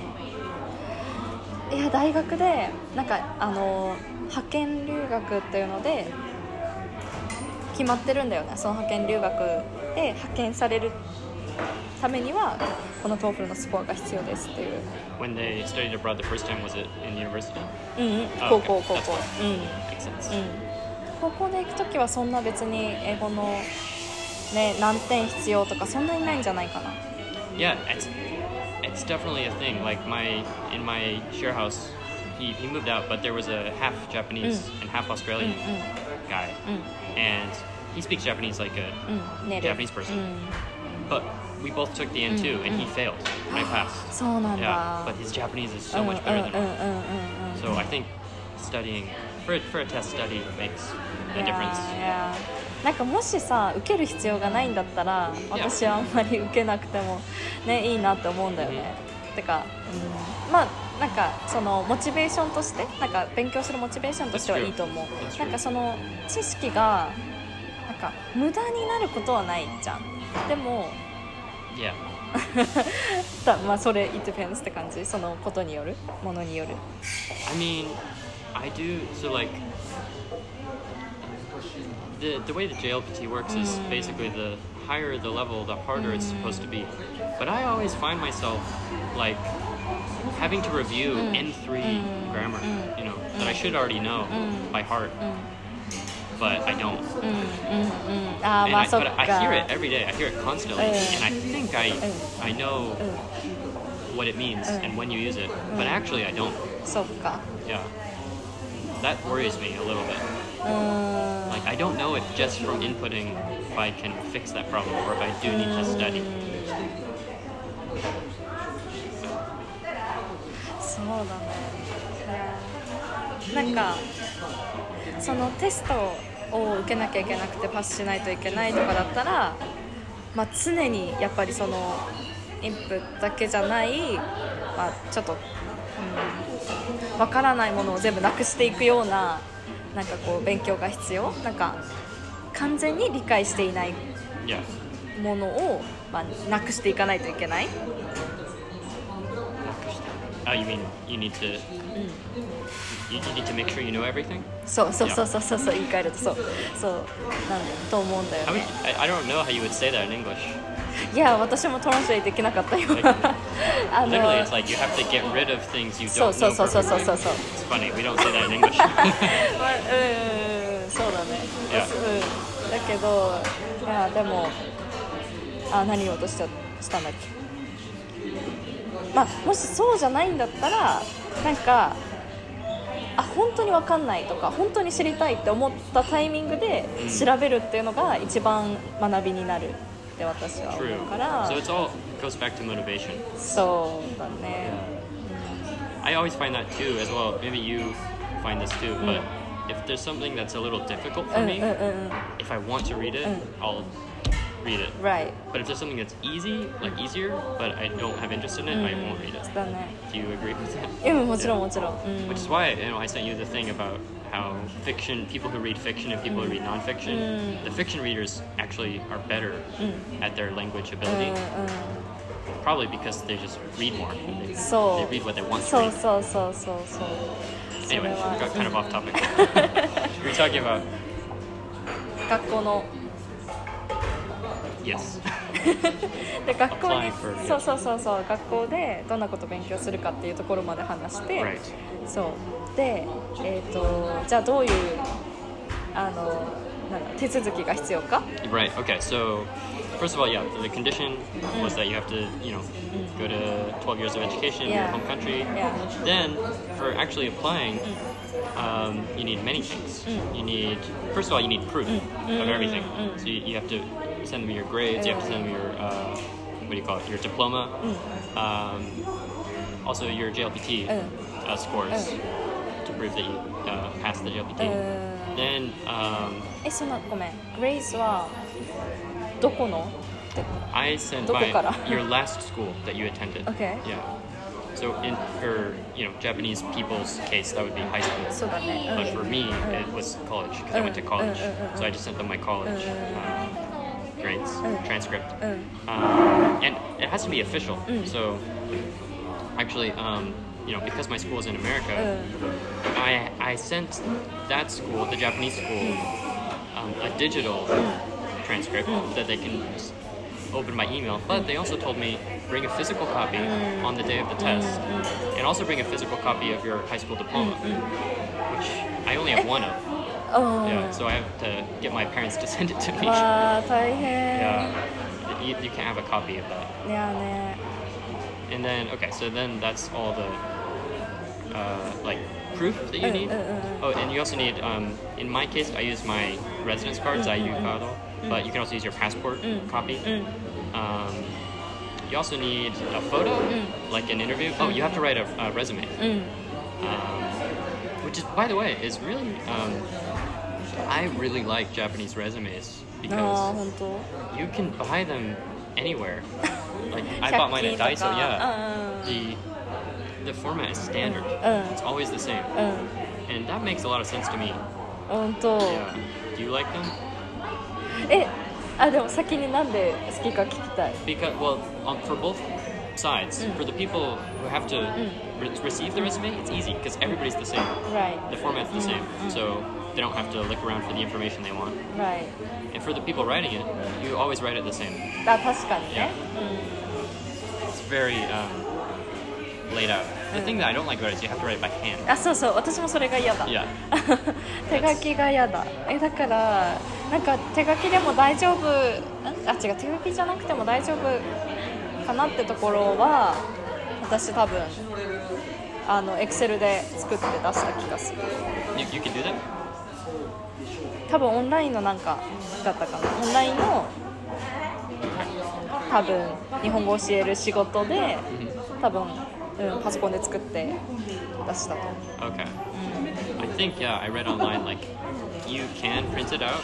Speaker 1: いや大学でなんかあの派遣留学っていうので決まってるんだよねその派遣留学で派遣されるためにはこのトーフルのスコアが必要ですっていう、
Speaker 2: When they studied abroad the first time, was it in university?
Speaker 1: うんうん、
Speaker 2: あ
Speaker 1: 高校
Speaker 2: okay
Speaker 1: 高校
Speaker 2: That's
Speaker 1: うん
Speaker 2: Makes sense.
Speaker 1: うん、高校で行く時はそんな別に英語の、ね、何点必要とかそんなにないんじゃないかな
Speaker 2: Yeah, it's it's definitely a thing. Like my in my share house, he, he moved out, but there was a half Japanese and half Australian guy, and he speaks Japanese like a
Speaker 1: うん寝る
Speaker 2: Japanese person.
Speaker 1: うん
Speaker 2: But we both took the N2, and he failed. and I passed.
Speaker 1: そうなん
Speaker 2: Yeah,
Speaker 1: だ。
Speaker 2: but his Japanese is so
Speaker 1: うん
Speaker 2: much better than
Speaker 1: うん
Speaker 2: mine.
Speaker 1: うんうんうんう
Speaker 2: So
Speaker 1: ん。
Speaker 2: I think studying for a, for a test study makes a
Speaker 1: いや
Speaker 2: difference.
Speaker 1: いやなんかもしさ受ける必要がないんだったら私はあんまり受けなくてもねいいなって思うんだよね。てか、うん、まあなんかそのモチベーションとしてなんか勉強するモチベーションとしてはいいと思
Speaker 2: That's
Speaker 1: う。
Speaker 2: true.
Speaker 1: なんかその知識がなんか無駄になることはないじゃん。でも
Speaker 2: Yeah.
Speaker 1: だまあそれ it depends って感じそのことによるものによる。
Speaker 2: I mean, I do. So like, the the way the JLPT works is
Speaker 1: Mm.
Speaker 2: basically the higher the level, the harder it's supposed to be. But I always find myself like having to review
Speaker 1: Mm.
Speaker 2: N3 grammar, you know, that I should already know
Speaker 1: Mm.
Speaker 2: by heart, but I don't.
Speaker 1: ああ
Speaker 2: And
Speaker 1: ま
Speaker 2: I,
Speaker 1: あそっ
Speaker 2: but
Speaker 1: か。
Speaker 2: I hear it every day. I hear it constantly, and
Speaker 1: Mm.
Speaker 2: I think I
Speaker 1: Mm.
Speaker 2: I know
Speaker 1: うん
Speaker 2: what it means
Speaker 1: Mm.
Speaker 2: and when you use it, but actually I don't.
Speaker 1: そっか。
Speaker 2: Yeah, that worries me a little bit.
Speaker 1: うーん。
Speaker 2: Like I don't know if just from inputting if I can fix that problem or if I do need to study.
Speaker 1: そうだねなんかそのテストを受けなきゃいけなくてパスしないといけないとかだったら、まあ、常にやっぱりそのインプットだけじゃない、まあ、ちょっと、うん、分からないものを全部なくしていくようななんかこう勉強が必要なんか完全に理解していない
Speaker 2: Yeah,
Speaker 1: ものを、まあ、なくしていかないといけない。
Speaker 2: oh, you mean you need to you, you need to make sure you know everything.
Speaker 1: そうそうそうそうそうそう言い換えるとそうそうなんだと思うんだよ
Speaker 2: How would
Speaker 1: ね
Speaker 2: you, I, I don't know how you would say that in English.
Speaker 1: いいや私もトランスレイできなかったよ あ
Speaker 2: Literally, it's like you have to get rid of things you
Speaker 1: そう
Speaker 2: don't
Speaker 1: そ
Speaker 2: know.
Speaker 1: うそうそうそうそう
Speaker 2: perfectly.
Speaker 1: そう
Speaker 2: It's funny, we don't say that in English.
Speaker 1: まあうんうんうんそうだね、
Speaker 2: いや
Speaker 1: うん、だけどいやでもあ何言おうとしちゃしたんだっけまあもしそうじゃないんだったらなんかあ本当に分かんないとか本当に知りたいって思ったタイミングで
Speaker 2: うん
Speaker 1: 調べるっていうのが一番学びになるって私は
Speaker 2: True.
Speaker 1: 思うから
Speaker 2: So it's all goes back to motivation.
Speaker 1: そうだね
Speaker 2: I always find that too, as well. Maybe you find this too, but if there's something that's a little difficult
Speaker 1: う
Speaker 2: for
Speaker 1: んうん
Speaker 2: me,
Speaker 1: うんうん
Speaker 2: if I want to read it,
Speaker 1: Mm.
Speaker 2: I'll read it.
Speaker 1: right
Speaker 2: But if there's something that's easy, like easier, but I don't have interest in it, I won't read it.
Speaker 1: だね
Speaker 2: Do you agree with that?
Speaker 1: うんもちろんもちろん、うん、
Speaker 2: Which is why you know I sent you the thing about how fiction people who read fiction and people who read nonfiction, the fiction readers actually are better at their language
Speaker 1: うんう
Speaker 2: ability,
Speaker 1: ん
Speaker 2: probably because they just read more. They,
Speaker 1: そう
Speaker 2: they read what they want to
Speaker 1: そう
Speaker 2: read.
Speaker 1: そうそうそうそうそれ
Speaker 2: Anyway,
Speaker 1: は
Speaker 2: we got kind of off topic. We're talking about
Speaker 1: 学校の
Speaker 2: yes,
Speaker 1: で学校
Speaker 2: Applying for
Speaker 1: に
Speaker 2: it.
Speaker 1: そうそうそうそう学校でどんなこと勉強するかっていうところまで話して
Speaker 2: right.
Speaker 1: そうでえっ、とじゃあどういうあのなんだ手続きが必要か
Speaker 2: Right. Okay. So, first of all, yeah, the condition was that you have to, you know, go to 12 years of education in your
Speaker 1: Yeah.
Speaker 2: home country.
Speaker 1: Yeah.
Speaker 2: Then, for actually applying, um, you need many things. You need, first of all, you need proof of everything. So you, you have to send them your grades. You have to send them your, uh, what do you call it? Your diploma. Um, also your JLPT uh, scores to prove that you uh, passed the JLPT. Then. Um,
Speaker 1: えそのごめんグレイスはどこの
Speaker 2: I sent
Speaker 1: どこ
Speaker 2: by
Speaker 1: から？
Speaker 2: your last school that you attended.
Speaker 1: Okay.
Speaker 2: Yeah. So in for you know Japanese people's case, that would be high school.
Speaker 1: そうだね
Speaker 2: But
Speaker 1: う
Speaker 2: for
Speaker 1: ん
Speaker 2: me, it was college because I went to
Speaker 1: Mm,
Speaker 2: college.
Speaker 1: mm, mm, mm,
Speaker 2: So I just sent them my college um, grades, transcript,
Speaker 1: うん
Speaker 2: um, and it has to be official. So actually, um, you know, because my school is in America, I I sent that school, the Japanese school, um, a digital transcript that they can just open my email. But they also told me bring a physical copy on the day of the test, and also bring a physical copy of your high school diploma, which I only have one of.
Speaker 1: うん、
Speaker 2: Yeah, so I have to get my parents to send it to me.
Speaker 1: わあ大変
Speaker 2: Yeah, you, you can't have a copy of that.
Speaker 1: いやね
Speaker 2: And then okay, so then that's all the uh, like proof that you need. Oh, and you also need. Um, in my case, I use my residence cards, IU Kado, but you can also use your passport copy. Um, you also need a photo, like an interview. Oh, you have to write a, a resume, um, which is, by the way, is really. Um, I really like Japanese resumes
Speaker 1: あ
Speaker 2: because
Speaker 1: あ本当
Speaker 2: you can buy them anywhere. like I
Speaker 1: 100
Speaker 2: bought mine at
Speaker 1: 均とか
Speaker 2: Daiso. Yeah.
Speaker 1: うん
Speaker 2: The the format is standard.
Speaker 1: Mm.
Speaker 2: It's always the same,
Speaker 1: うん
Speaker 2: and that makes a lot of sense to me.
Speaker 1: 本当
Speaker 2: Yeah. Do you like them?
Speaker 1: えあでも先になんで好きか聞きたい
Speaker 2: Because well, on, for both sides, for the people who have to re- receive the resume, it's easy because everybody's the same.
Speaker 1: right
Speaker 2: The format's the same, so they don't have to look around for the information they want.
Speaker 1: right
Speaker 2: And for the people writing it, you always write it the same.
Speaker 1: あ確かにね
Speaker 2: It's very um, laid out. The thing that I don't like about it is you have to write it by hand.
Speaker 1: あそうそう私もそれが嫌だ
Speaker 2: Yeah.
Speaker 1: 手書きが嫌だえだからなんか手書きでも大丈夫んあ違う手書きじゃなくても大丈夫かなってところは私多分あのエクセルで作って出した気がする
Speaker 2: You, you can do that?
Speaker 1: 多分オンラインのなんかだったかなオンラインの多分日本語教える仕事で多分、うん、パソコンで作って出したと
Speaker 2: Okay. I think, yeah, I read online, like, you can print it out,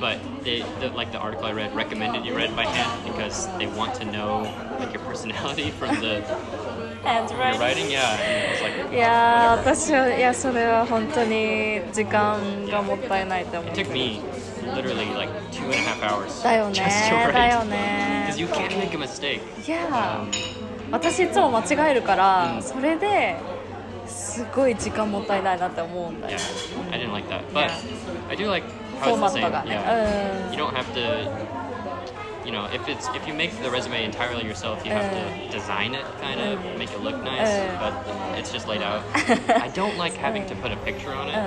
Speaker 2: but they, the, like, the article I read recommended you read it by hand because they want to know, like, your personality from the your writing. Yeah. And it was like,
Speaker 1: いや
Speaker 2: whatever.
Speaker 1: ー私はいやそれは本当に時間がもったいないと思
Speaker 2: It
Speaker 1: う
Speaker 2: took me literally, like, two and a half hours
Speaker 1: だよ
Speaker 2: just to
Speaker 1: ねだよ
Speaker 2: write.
Speaker 1: ね
Speaker 2: Because you can't make a mistake.
Speaker 1: いや
Speaker 2: Um,
Speaker 1: ー私いつも間違えるから、
Speaker 2: うん
Speaker 1: それですごい時間もったいないなって思うんだよ
Speaker 2: yeah, I didn't like that. But I do like
Speaker 1: フ
Speaker 2: how
Speaker 1: ォー
Speaker 2: it's
Speaker 1: マ
Speaker 2: the
Speaker 1: ット
Speaker 2: same.
Speaker 1: がね
Speaker 2: Yeah. You don't have to you know, if it's if you make the resume entirely yourself, you have
Speaker 1: Uh.
Speaker 2: to design it, kind of
Speaker 1: Mm.
Speaker 2: make it look nice, but it's just laid out. I don't like having
Speaker 1: Uh.
Speaker 2: to put a picture on it.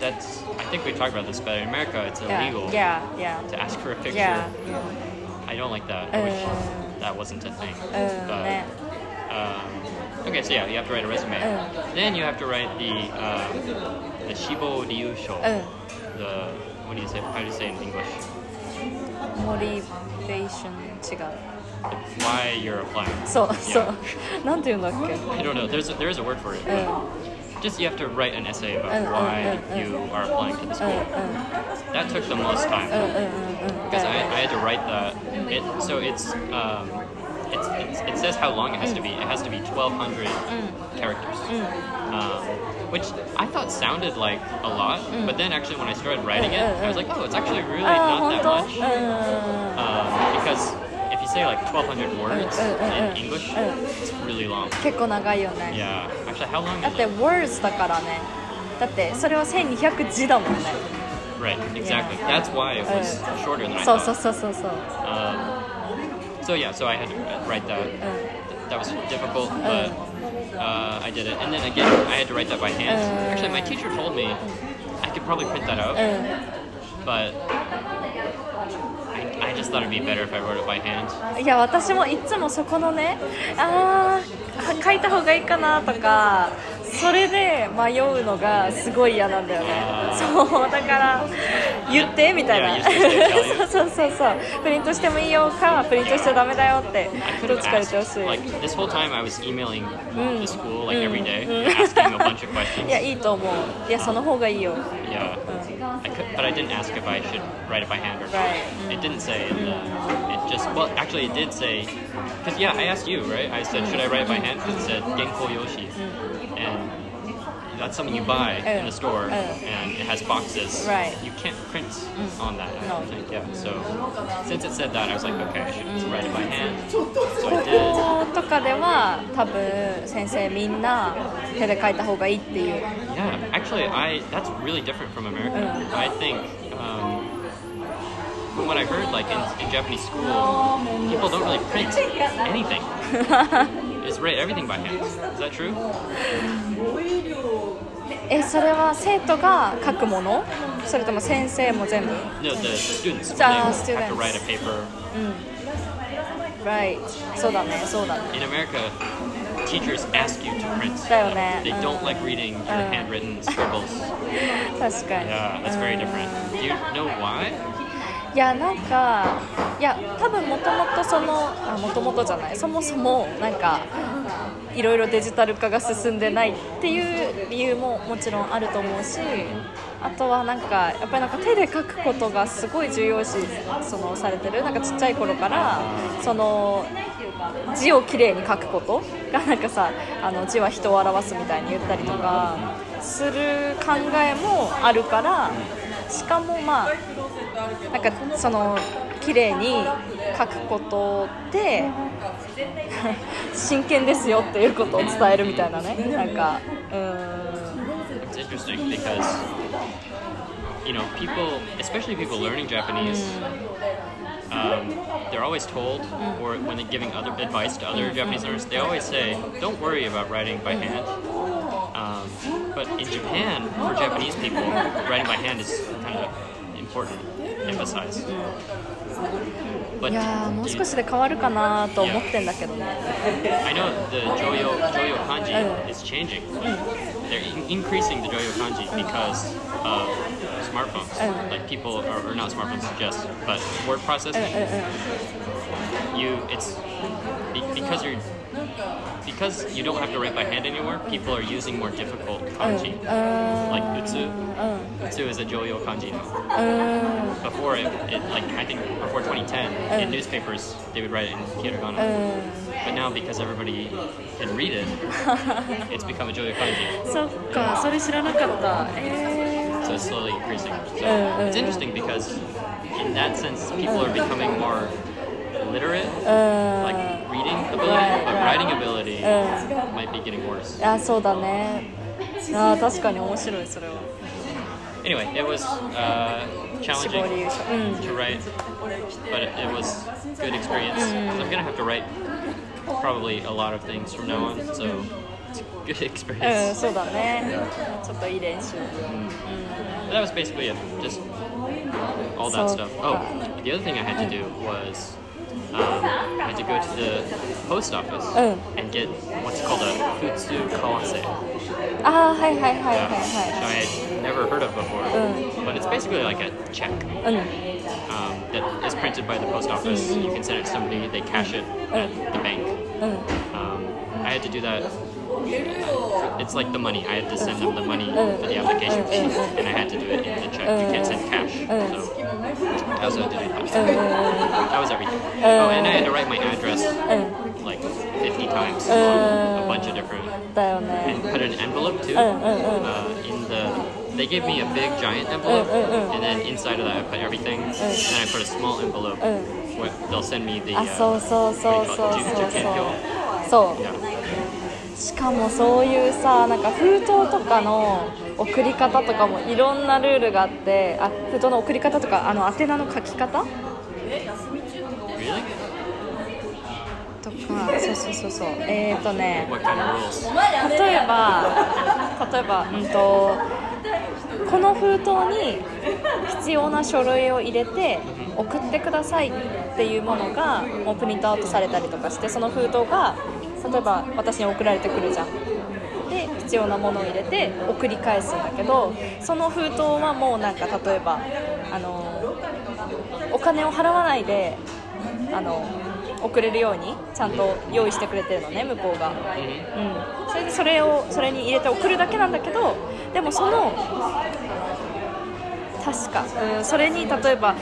Speaker 2: That's I think we talked about this, but in America, it's illegal
Speaker 1: Yeah, yeah, yeah.
Speaker 2: to ask for a picture.
Speaker 1: Yeah, Uh.
Speaker 2: I don't like that. I wish that wasn't a thing.
Speaker 1: Oh,
Speaker 2: But,
Speaker 1: yeah.
Speaker 2: um, okay, so yeah, you have to write a resume.
Speaker 1: Uh.
Speaker 2: Then you have to write the um, the shibo ryusho.
Speaker 1: Uh.
Speaker 2: The what do you say? How do you say it in English?
Speaker 1: うん、モリベーション違う。
Speaker 2: Why you're applying?
Speaker 1: そう、そ
Speaker 2: Yeah.
Speaker 1: う。なんて言うんだっけ。
Speaker 2: I don't know. There's a, there is a word for it.
Speaker 1: うん、うん、
Speaker 2: but Just you have to write an essay about
Speaker 1: Uh, uh,
Speaker 2: why
Speaker 1: uh, uh.
Speaker 2: you are applying to the school.
Speaker 1: うん。
Speaker 2: That took the most time.
Speaker 1: うんうんうん
Speaker 2: because I, I had to write that. It, so it's, um, it's, it's it says how long it has to be. It has to be 1,200
Speaker 1: Mm.
Speaker 2: characters, um, which I thought sounded like a lot.
Speaker 1: Mm.
Speaker 2: But then actually, when I started writing it, I was like, oh, it's actually really
Speaker 1: ああ
Speaker 2: not
Speaker 1: 本
Speaker 2: that
Speaker 1: 当
Speaker 2: much.
Speaker 1: う
Speaker 2: Um, because if you say like 1,200 words
Speaker 1: uh, uh,
Speaker 2: in
Speaker 1: uh.
Speaker 2: English,
Speaker 1: Uh.
Speaker 2: it's really long.
Speaker 1: ん結構長いよね
Speaker 2: Yeah. Actually, how long
Speaker 1: だっ
Speaker 2: is
Speaker 1: て
Speaker 2: it?
Speaker 1: words だからねだってそれは1200字だもんね
Speaker 2: Right. Exactly. That's why
Speaker 1: Uh,
Speaker 2: it was shorter than I
Speaker 1: そうそ
Speaker 2: thought.
Speaker 1: うそうそうそう
Speaker 2: Um, So yeah, so I had to write that. Th- That was difficult, but uh, I did it. And then again, I had to write that by hand. Actually, my teacher told me I could probably print that out, but I, I just thought it'd be better if I wrote it by hand.
Speaker 1: いや私もいつもそこのねあー書いた方がいいかなとかそれで迷うのがすごい嫌なんだよねそうだから言ってみたい
Speaker 2: いや
Speaker 1: な
Speaker 2: 言って言って
Speaker 1: そうそうそうそうプリントしてもいいよかプリントしちゃダメだよって
Speaker 2: I could
Speaker 1: どっ
Speaker 2: have
Speaker 1: ちか言ってほし
Speaker 2: asked.
Speaker 1: い
Speaker 2: Like this whole time, I was emailing the school like every day, asking a bunch of
Speaker 1: いや
Speaker 2: questions.
Speaker 1: いいと思ういやその方がいいよ
Speaker 2: Yeah, I could, but I didn't ask if I should write it by hand or not.
Speaker 1: Right.
Speaker 2: It didn't say. in the It just well, actually, it did say. Because yeah, I asked you, right? I said, should I write it by hand? 'Cause it said Genko Yoshi, and that's something you buy in
Speaker 1: Uh,
Speaker 2: the store,
Speaker 1: uh.
Speaker 2: and it has boxes.
Speaker 1: Right. Mm.
Speaker 2: You can't print on that. I
Speaker 1: No.
Speaker 2: don't think. Yeah. So since it said that, I was like, okay, I should
Speaker 1: Mm.
Speaker 2: write it by hand. So I did.
Speaker 1: とかでは多分先生みんな手で書いた方がいいっていう
Speaker 2: Yeah, actually, I that's really different from America. I think um, from what I heard, like in, in Japanese school, people don't really print anything. it's write everything by hand. Is that true?
Speaker 1: えそれは生徒が書くものそれとも先生も全部
Speaker 2: No, the students they
Speaker 1: Ah,
Speaker 2: have to
Speaker 1: students.
Speaker 2: write a paper.
Speaker 1: Right そうだねそうだね
Speaker 2: In America, teachers ask you to print.
Speaker 1: That-
Speaker 2: They don't like reading your handwritten scribbles.
Speaker 1: 確かに
Speaker 2: Yeah, that's very different. Do you know why?
Speaker 1: いやなんかいや多分もともとそのあもともとじゃないそもそもなんかいろいろデジタル化が進んでないっていう理由ももちろんあると思うしあとはなんかやっぱりなんか手で書くことがすごい重要視そのされてるなんかちっちゃい頃からその字をきれいに書くことがなんかさあの字は人を表すみたいに言ったりとかする考えもあるからしかもまあなんかその綺麗に書くことで真剣ですよっていうことを伝えるみたいなねなんかうーん
Speaker 2: It's interesting because you know people, especially people learning Japanese, um, they're always told, or when they're giving other advice to other Japanese learners, they always say, "Don't worry about writing by hand." Um, but in Japan, for Japanese people, writing by hand is kind of important, emphasized. But
Speaker 1: いやーもう少しで変わるかなと思ってんだけどね
Speaker 2: I know the Joyo Joyo kanji
Speaker 1: Mm.
Speaker 2: is changing. They're in- increasing the Joyo kanji because of smartphones.
Speaker 1: Mm.
Speaker 2: Like people, or, or not smartphones, just but word processing. You, it's be- because you're because you don't have to write by hand anymore. People are using more difficult kanji, like utsu. Utsu is a Joyo kanji now.
Speaker 1: うーん
Speaker 2: Before it, it, like I think before 2010, in newspapers they would write it in hiragana. But now because everybody can read it, it's become a Joyo kanji.
Speaker 1: そっかそれ知らなかったえ
Speaker 2: So it's slowly increasing. So
Speaker 1: Uh,
Speaker 2: it's interesting because in that sense, people are becoming more literate,
Speaker 1: ー、
Speaker 2: like reading ability,
Speaker 1: Uh, Right,
Speaker 2: but
Speaker 1: right. Uh.
Speaker 2: writing ability might be getting worse.
Speaker 1: うんあそうだねあー確かに面白いそれは
Speaker 2: So anyway, it was uh,
Speaker 1: 死亡理由
Speaker 2: challenging
Speaker 1: 書うん
Speaker 2: to write, but it, it was good experience.
Speaker 1: Mm.
Speaker 2: 'Cause I'm gonna have to write probably a lot of things from now on, so it's a good
Speaker 1: うん
Speaker 2: experience.
Speaker 1: そうだねちょっといい練習
Speaker 2: But that was basically it, just all that
Speaker 1: So,
Speaker 2: stuff. Oh,
Speaker 1: uh,
Speaker 2: the other thing I had to do was um, I had to go to the post office
Speaker 1: Oh.
Speaker 2: and get what's called a futsu kawase.
Speaker 1: ああはいはいはい
Speaker 2: Yeah,
Speaker 1: は
Speaker 2: which I had never heard of before.
Speaker 1: Mm.
Speaker 2: But it's basically like a check
Speaker 1: いはいうん
Speaker 2: um, that is printed by the post office.
Speaker 1: Mm-hmm.
Speaker 2: You can send it to somebody, they cash it at the bank.
Speaker 1: うん
Speaker 2: Um, I had to do that. It's like the money. I had to send them the money
Speaker 1: Mm.
Speaker 2: for the application
Speaker 1: Mm,
Speaker 2: fee,
Speaker 1: mm, mm.
Speaker 2: and I had to do it in the
Speaker 1: uh,
Speaker 2: check. You can't send cash. So I also had to do that.
Speaker 1: うんうんうんうん
Speaker 2: That was everything. Oh, and I had to write my address
Speaker 1: う
Speaker 2: like 50 times on a
Speaker 1: Mm.
Speaker 2: bunch of different
Speaker 1: んだよね
Speaker 2: and put an envelope too
Speaker 1: Uh, uh, uh.
Speaker 2: uh, in the. They gave me a big giant envelope,
Speaker 1: uh, uh.
Speaker 2: and then inside of that I put everything, and then I put a small envelope.
Speaker 1: Uh. Ah,
Speaker 2: Where they'll send me the.
Speaker 1: あ
Speaker 2: uh,
Speaker 1: そうそうそう
Speaker 2: what do you
Speaker 1: そ
Speaker 2: call
Speaker 1: うそう
Speaker 2: it? Ju- Jukenkyo.
Speaker 1: そう
Speaker 2: Yeah.
Speaker 1: しかもそういうさなんか封筒とかの送り方とかもいろんなルールがあってあ封筒の送り方とかあの宛名の書き方
Speaker 2: Really?
Speaker 1: とかそうそうそうそうえっ、ー、とね
Speaker 2: What kind of rules?
Speaker 1: 例えば例えばうんとこの封筒に必要な書類を入れて送ってくださいっていうものがもうプリントアウトされたりとかしてその封筒が例えば私に送られてくるじゃんで必要なものを入れて送り返すんだけどその封筒はもうなんか例えばあのお金を払わないであの送れるようにちゃんと用意してくれてるのね向こうが。
Speaker 2: Mhm.
Speaker 1: うん、それでそれをそれに入れて送るだけなんだけどでもその確か、うん、それに例えば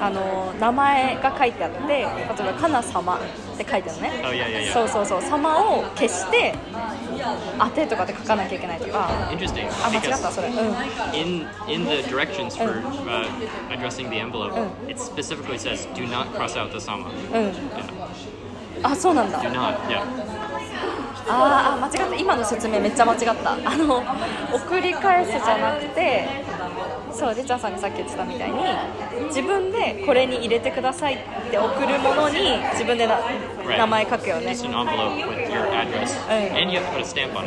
Speaker 1: あの名前が書いてあって例えば「かな様」って書いてあるのね
Speaker 2: Oh, yeah, yeah, yeah.
Speaker 1: そうそうそう「様」を消して「当て」とかって書かなきゃいけないとか
Speaker 2: Interesting.
Speaker 1: あ間違ったそ
Speaker 2: Because
Speaker 1: れ、うん、
Speaker 2: in in the directions for uh, addressing the envelope,
Speaker 1: Mm.
Speaker 2: it specifically says, "Do not cross out the sama."
Speaker 1: うん、
Speaker 2: Yeah.
Speaker 1: あそうなんだ
Speaker 2: Do not. Yeah.
Speaker 1: あーあ間違った今の説明めっちゃ間違ったあの送り返すじゃなくてそうリチャーさんがさっき言ってたみたいに自分でこれに入れてくださいって送るものに自分でな
Speaker 2: Right.
Speaker 1: 名前書くよね
Speaker 2: Just an envelope with your address,
Speaker 1: Mm.
Speaker 2: and you have to put a stamp on it.
Speaker 1: うんうんうん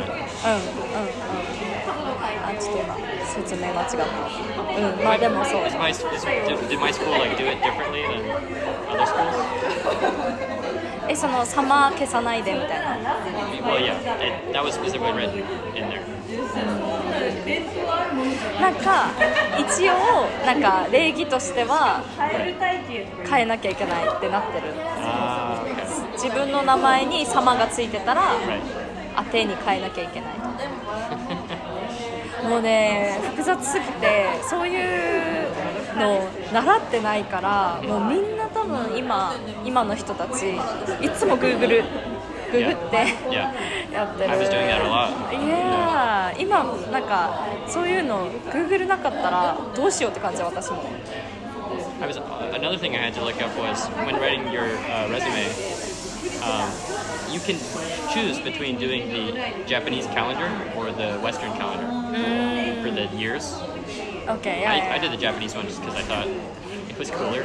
Speaker 1: あちょっと今説明間違ったうんまあでもそう
Speaker 2: Is my, is, did, did my school like do it differently than other schools?
Speaker 1: えその「様消さないで」みたいな
Speaker 2: Well, yeah, it, that was specifically written in there.
Speaker 1: なんか一応なんか礼儀としては変えなきゃいけないってなってる
Speaker 2: Ah, okay.
Speaker 1: 自分の名前に「様」がついてたら
Speaker 2: Right.
Speaker 1: 当てに変えなきゃいけないともうね複雑すぎてそういうのを習ってないからもうみんな多分今今の人たちいつもグーグルググって
Speaker 2: Yeah.
Speaker 1: やってる
Speaker 2: I was doing that a lot.
Speaker 1: いやー今なんかそういうのグーグルなかったらどうしようって感じ私も
Speaker 2: I was uh, another thing I had to look up was when writing your uh, resume, um, you can choose between doing the Japanese calendar or the Western calendar for the years.
Speaker 1: OK いやい
Speaker 2: I, I
Speaker 1: や
Speaker 2: did the Japanese one just because I thought it was cooler.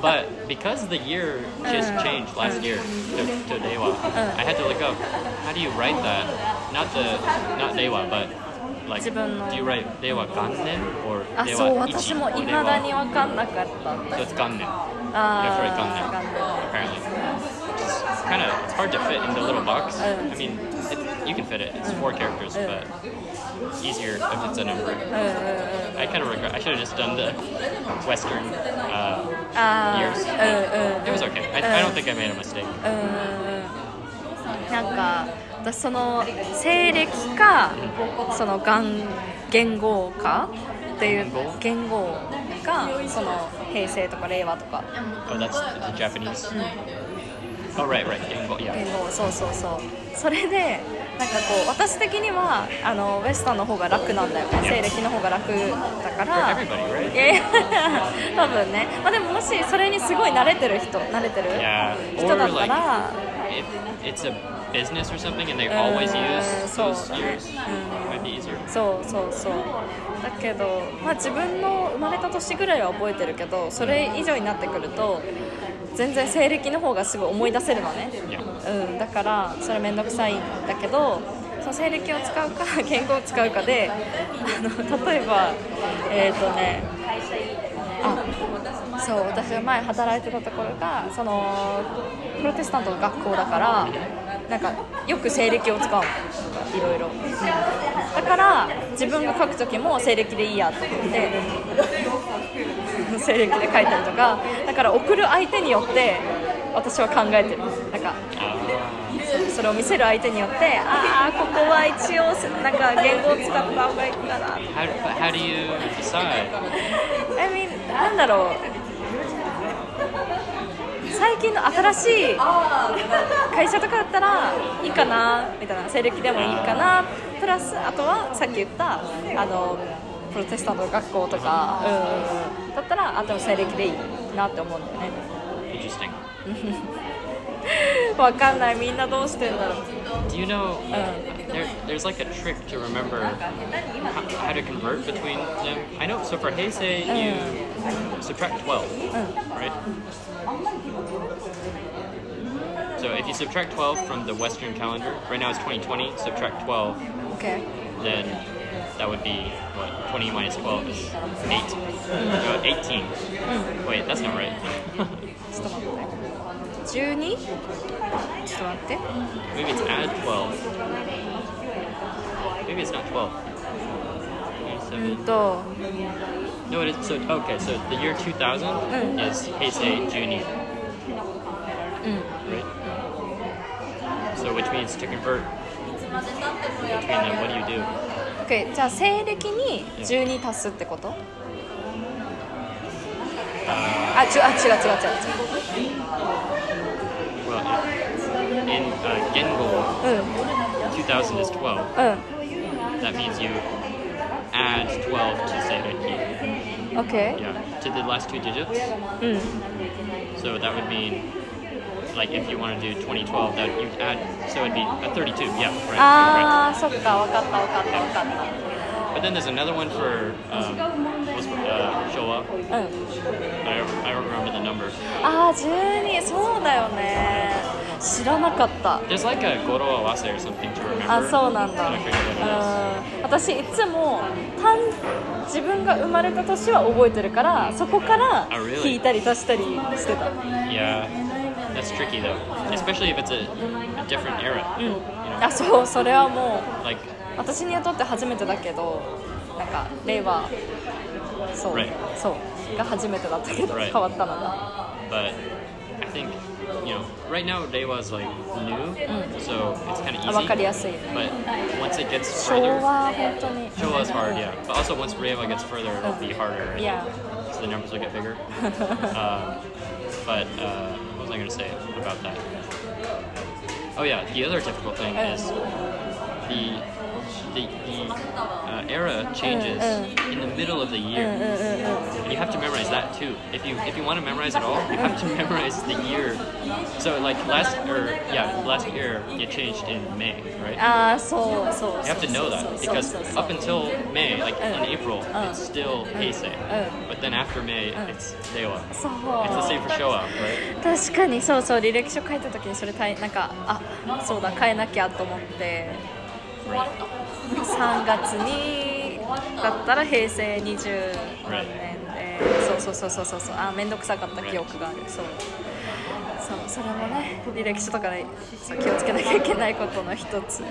Speaker 2: but because the year just changed last year to, to Dewa, I had to look up how do you write that? Not the not Dewa, but like
Speaker 1: 自分の。
Speaker 2: do you write Dewa Gannen or
Speaker 1: あそ
Speaker 2: Dewa
Speaker 1: う私
Speaker 2: Ichi
Speaker 1: も
Speaker 2: or
Speaker 1: い
Speaker 2: Dewa?
Speaker 1: まだに分かんなかったんだ
Speaker 2: So it's Gannen
Speaker 1: あ
Speaker 2: やっぱりガンネ
Speaker 1: ーガンネ
Speaker 2: apparently. Which is kind of it's hard to fit into a little box.
Speaker 1: Mm.
Speaker 2: I mean, it, you can fit it. It's four characters, but it's easier if it's a number. I kind of regret. I should have just done the Western. Uh,
Speaker 1: あー
Speaker 2: years.
Speaker 1: うんうん
Speaker 2: It was okay. I, I don't think I made a mistake.
Speaker 1: うーんなんか私その西暦かその元元号かっていう
Speaker 2: 元号
Speaker 1: 元号がその平成とか令和とか
Speaker 2: Oh, that's the Japanese. Oh, right, right. Getting bo- yeah.
Speaker 1: 言語そうそうそうそれでなんかこう私的にはあのウェスタンの方が楽なんだよね
Speaker 2: Yeah.
Speaker 1: 西暦の方が楽だから
Speaker 2: For everybody, right?
Speaker 1: いやいや 多分ね、まあ、でももしそれにすごい慣れてる人慣れてる
Speaker 2: Yeah.
Speaker 1: 人だ
Speaker 2: Or
Speaker 1: った
Speaker 2: like,
Speaker 1: ら
Speaker 2: if it's a business or something and they
Speaker 1: うん
Speaker 2: always use
Speaker 1: そう
Speaker 2: those
Speaker 1: だね
Speaker 2: years, it might be easier.
Speaker 1: そうそうそうだけど、まあ、自分の生まれた年ぐらいは覚えてるけどそれ以上になってくると全然西暦の方がすごい思い出せるのね
Speaker 2: Yeah.
Speaker 1: うん、だからそれ面倒くさいんだけどその西暦を使うか 言語を使うかであの例えばえっ、とねあそう私が前働いてたところがそのプロテスタントの学校だからなんかよく西暦を使うのいろいろ、うんだから自分が書く時も西暦でいいやと思って 西暦で書いたりとかだから送る相手によって私は考えてるなんか
Speaker 2: Uh,
Speaker 1: そうそれを見せる相手によってああここは一応なんか言語を使った方がいいかな
Speaker 2: how, but how do you decide?
Speaker 1: I mean なんだろう最近の新しい会社とかだったらいいかなみたいな西暦でもいいかなプラスあとはさっき言ったあのプロテスタントの学校とかうんうんうんだったらあでも西暦でいいなって思うんだよね
Speaker 2: Interesting.
Speaker 1: わかんないみんなどうしてんだろう
Speaker 2: Do you know
Speaker 1: Uh.
Speaker 2: there, there's like a trick to remember how, how to convert between them? I know. So for Heisei, you subtract 12,
Speaker 1: う
Speaker 2: right? So if you subtract 12 from the Western calendar, right now it's 2020. Subtract 12,
Speaker 1: ん OK
Speaker 2: then that would be what? 20 minus 12 is 8. No, 18. Wait, that's not right.
Speaker 1: ちょっと待って。12? ちょっと待って。
Speaker 2: Maybe it's add 12. Maybe it's not 12. 27.
Speaker 1: うんと、
Speaker 2: No, it is. So okay, so the year 2000
Speaker 1: Mm.
Speaker 2: is Heisei Juni,
Speaker 1: うん。
Speaker 2: right? So which means to convert between them, what do you do?
Speaker 1: OK、じゃあ西暦に12足すってことあ、ちゅあ、違う違う
Speaker 2: Well, in, in uh, Gengo,
Speaker 1: 違う違う。うん。
Speaker 2: 2000 is 12.
Speaker 1: う
Speaker 2: That means you add 12 to Seireki.
Speaker 1: ん。OK?
Speaker 2: Yeah, to the last two digits.
Speaker 1: うん。
Speaker 2: So that would mean, like, if you want to do 2012, that you add. So it'd be a 32. Yeah, right. right.
Speaker 1: あー、そっか、わかったわかったわかっ
Speaker 2: But then there's another one for um, what's, uh, Showa.
Speaker 1: た。うん。
Speaker 2: I don't, I don't remember the number.
Speaker 1: あー、12、そうだよね。知らなかった。
Speaker 2: There's like a Goro Awase or something to remember.
Speaker 1: あそうなんだ
Speaker 2: I forget what it is.
Speaker 1: うん私いつも単自分が生まれた年は覚えてるからそこから
Speaker 2: あ really？
Speaker 1: 引いたり足したりしてた
Speaker 2: yeah, that's tricky though, especially if it's a, a different era.
Speaker 1: うん
Speaker 2: You know,
Speaker 1: あそうそれはも
Speaker 2: like
Speaker 1: う私にとって初めてだけどなんか令和そう、
Speaker 2: Right.
Speaker 1: そうが初めてだったけど、
Speaker 2: Right.
Speaker 1: 変わったのが
Speaker 2: but I think you know right now Reiwa is like new, so it's kind of
Speaker 1: あ分かり
Speaker 2: easy.
Speaker 1: やすい
Speaker 2: But once it gets
Speaker 1: 昭
Speaker 2: further,
Speaker 1: 和本当に
Speaker 2: Showa is hard, yeah. But also once Reiwa gets further, it'll be harder.
Speaker 1: Yeah.
Speaker 2: So the numbers will get bigger. um, but uh, what was I going to say about that? Oh yeah, the other difficult thing
Speaker 1: Uh.
Speaker 2: is the the, the uh, era changes
Speaker 1: uh.
Speaker 2: in the middle of the
Speaker 1: うん
Speaker 2: year,
Speaker 1: うんうんうん
Speaker 2: and you have to memorize that too. If you if you want to memorize it all, you have to memorize the year. So like last or yeah, last year it changed in May, right?
Speaker 1: ああそうそうそう
Speaker 2: You have to know that
Speaker 1: そう
Speaker 2: because
Speaker 1: そうそう
Speaker 2: up until May, like in April,
Speaker 1: Uh.
Speaker 2: it's still Heisei.
Speaker 1: Uh.
Speaker 2: But then after May, it's Dewa.
Speaker 1: そう
Speaker 2: It's the same for Showa, right?
Speaker 1: 確かにそうそう履歴書書いた時にそれたいなんかあそうだ変えなきゃと思って
Speaker 2: Right.
Speaker 1: 3月にだったら平成20年でそうそうそうそうそうそうあ面倒くさかった記憶があるそうそうそれもね履歴書とかで気をつけなきゃいけないことの一つだ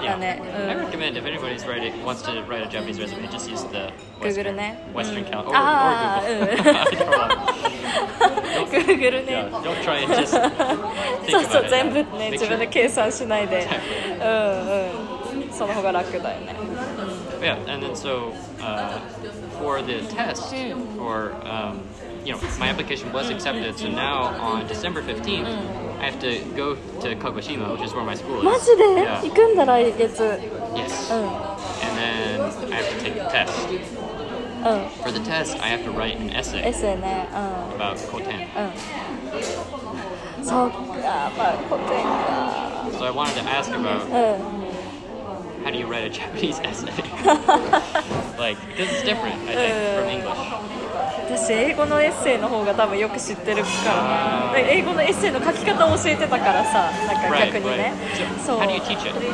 Speaker 2: Yeah.
Speaker 1: ね、
Speaker 2: I
Speaker 1: うん
Speaker 2: recommend if anybody's writing wants to write a Japanese resume, just use the Western,
Speaker 1: Google Ah, ね
Speaker 2: Western Cal
Speaker 1: あ あ
Speaker 2: or,
Speaker 1: う
Speaker 2: or
Speaker 1: ん
Speaker 2: Google. Either one.
Speaker 1: Google ね
Speaker 2: yeah, don't try and just think
Speaker 1: そ
Speaker 2: about
Speaker 1: うそう
Speaker 2: it.
Speaker 1: 全部
Speaker 2: Make sure-
Speaker 1: ね自分で計算しな いで
Speaker 2: Exactly.
Speaker 1: うんうんその方が楽だよね
Speaker 2: Yeah, and then so uh, for the test for um, you know, my application was accepted, so now on December 15th, I have to go to Kagoshima, which is where my school is.
Speaker 1: マジで、
Speaker 2: Yeah.
Speaker 1: 行くんだ来月うん
Speaker 2: Yes. And then I have to take the test.
Speaker 1: うん
Speaker 2: For the test, I have to write an Oh. essay
Speaker 1: エセね
Speaker 2: about Koten.
Speaker 1: うんうんそっかまあ古典か
Speaker 2: So I wanted to ask about
Speaker 1: うん
Speaker 2: how do you write a Japanese essay? like, this is different, I think, from English.
Speaker 1: 私英語のエッセイの方が多分よく知ってるからなで英語のエッセイの書き方を教えてたからさなんか
Speaker 2: Right,
Speaker 1: 逆にね
Speaker 2: right. So
Speaker 1: そう
Speaker 2: how do you teach it?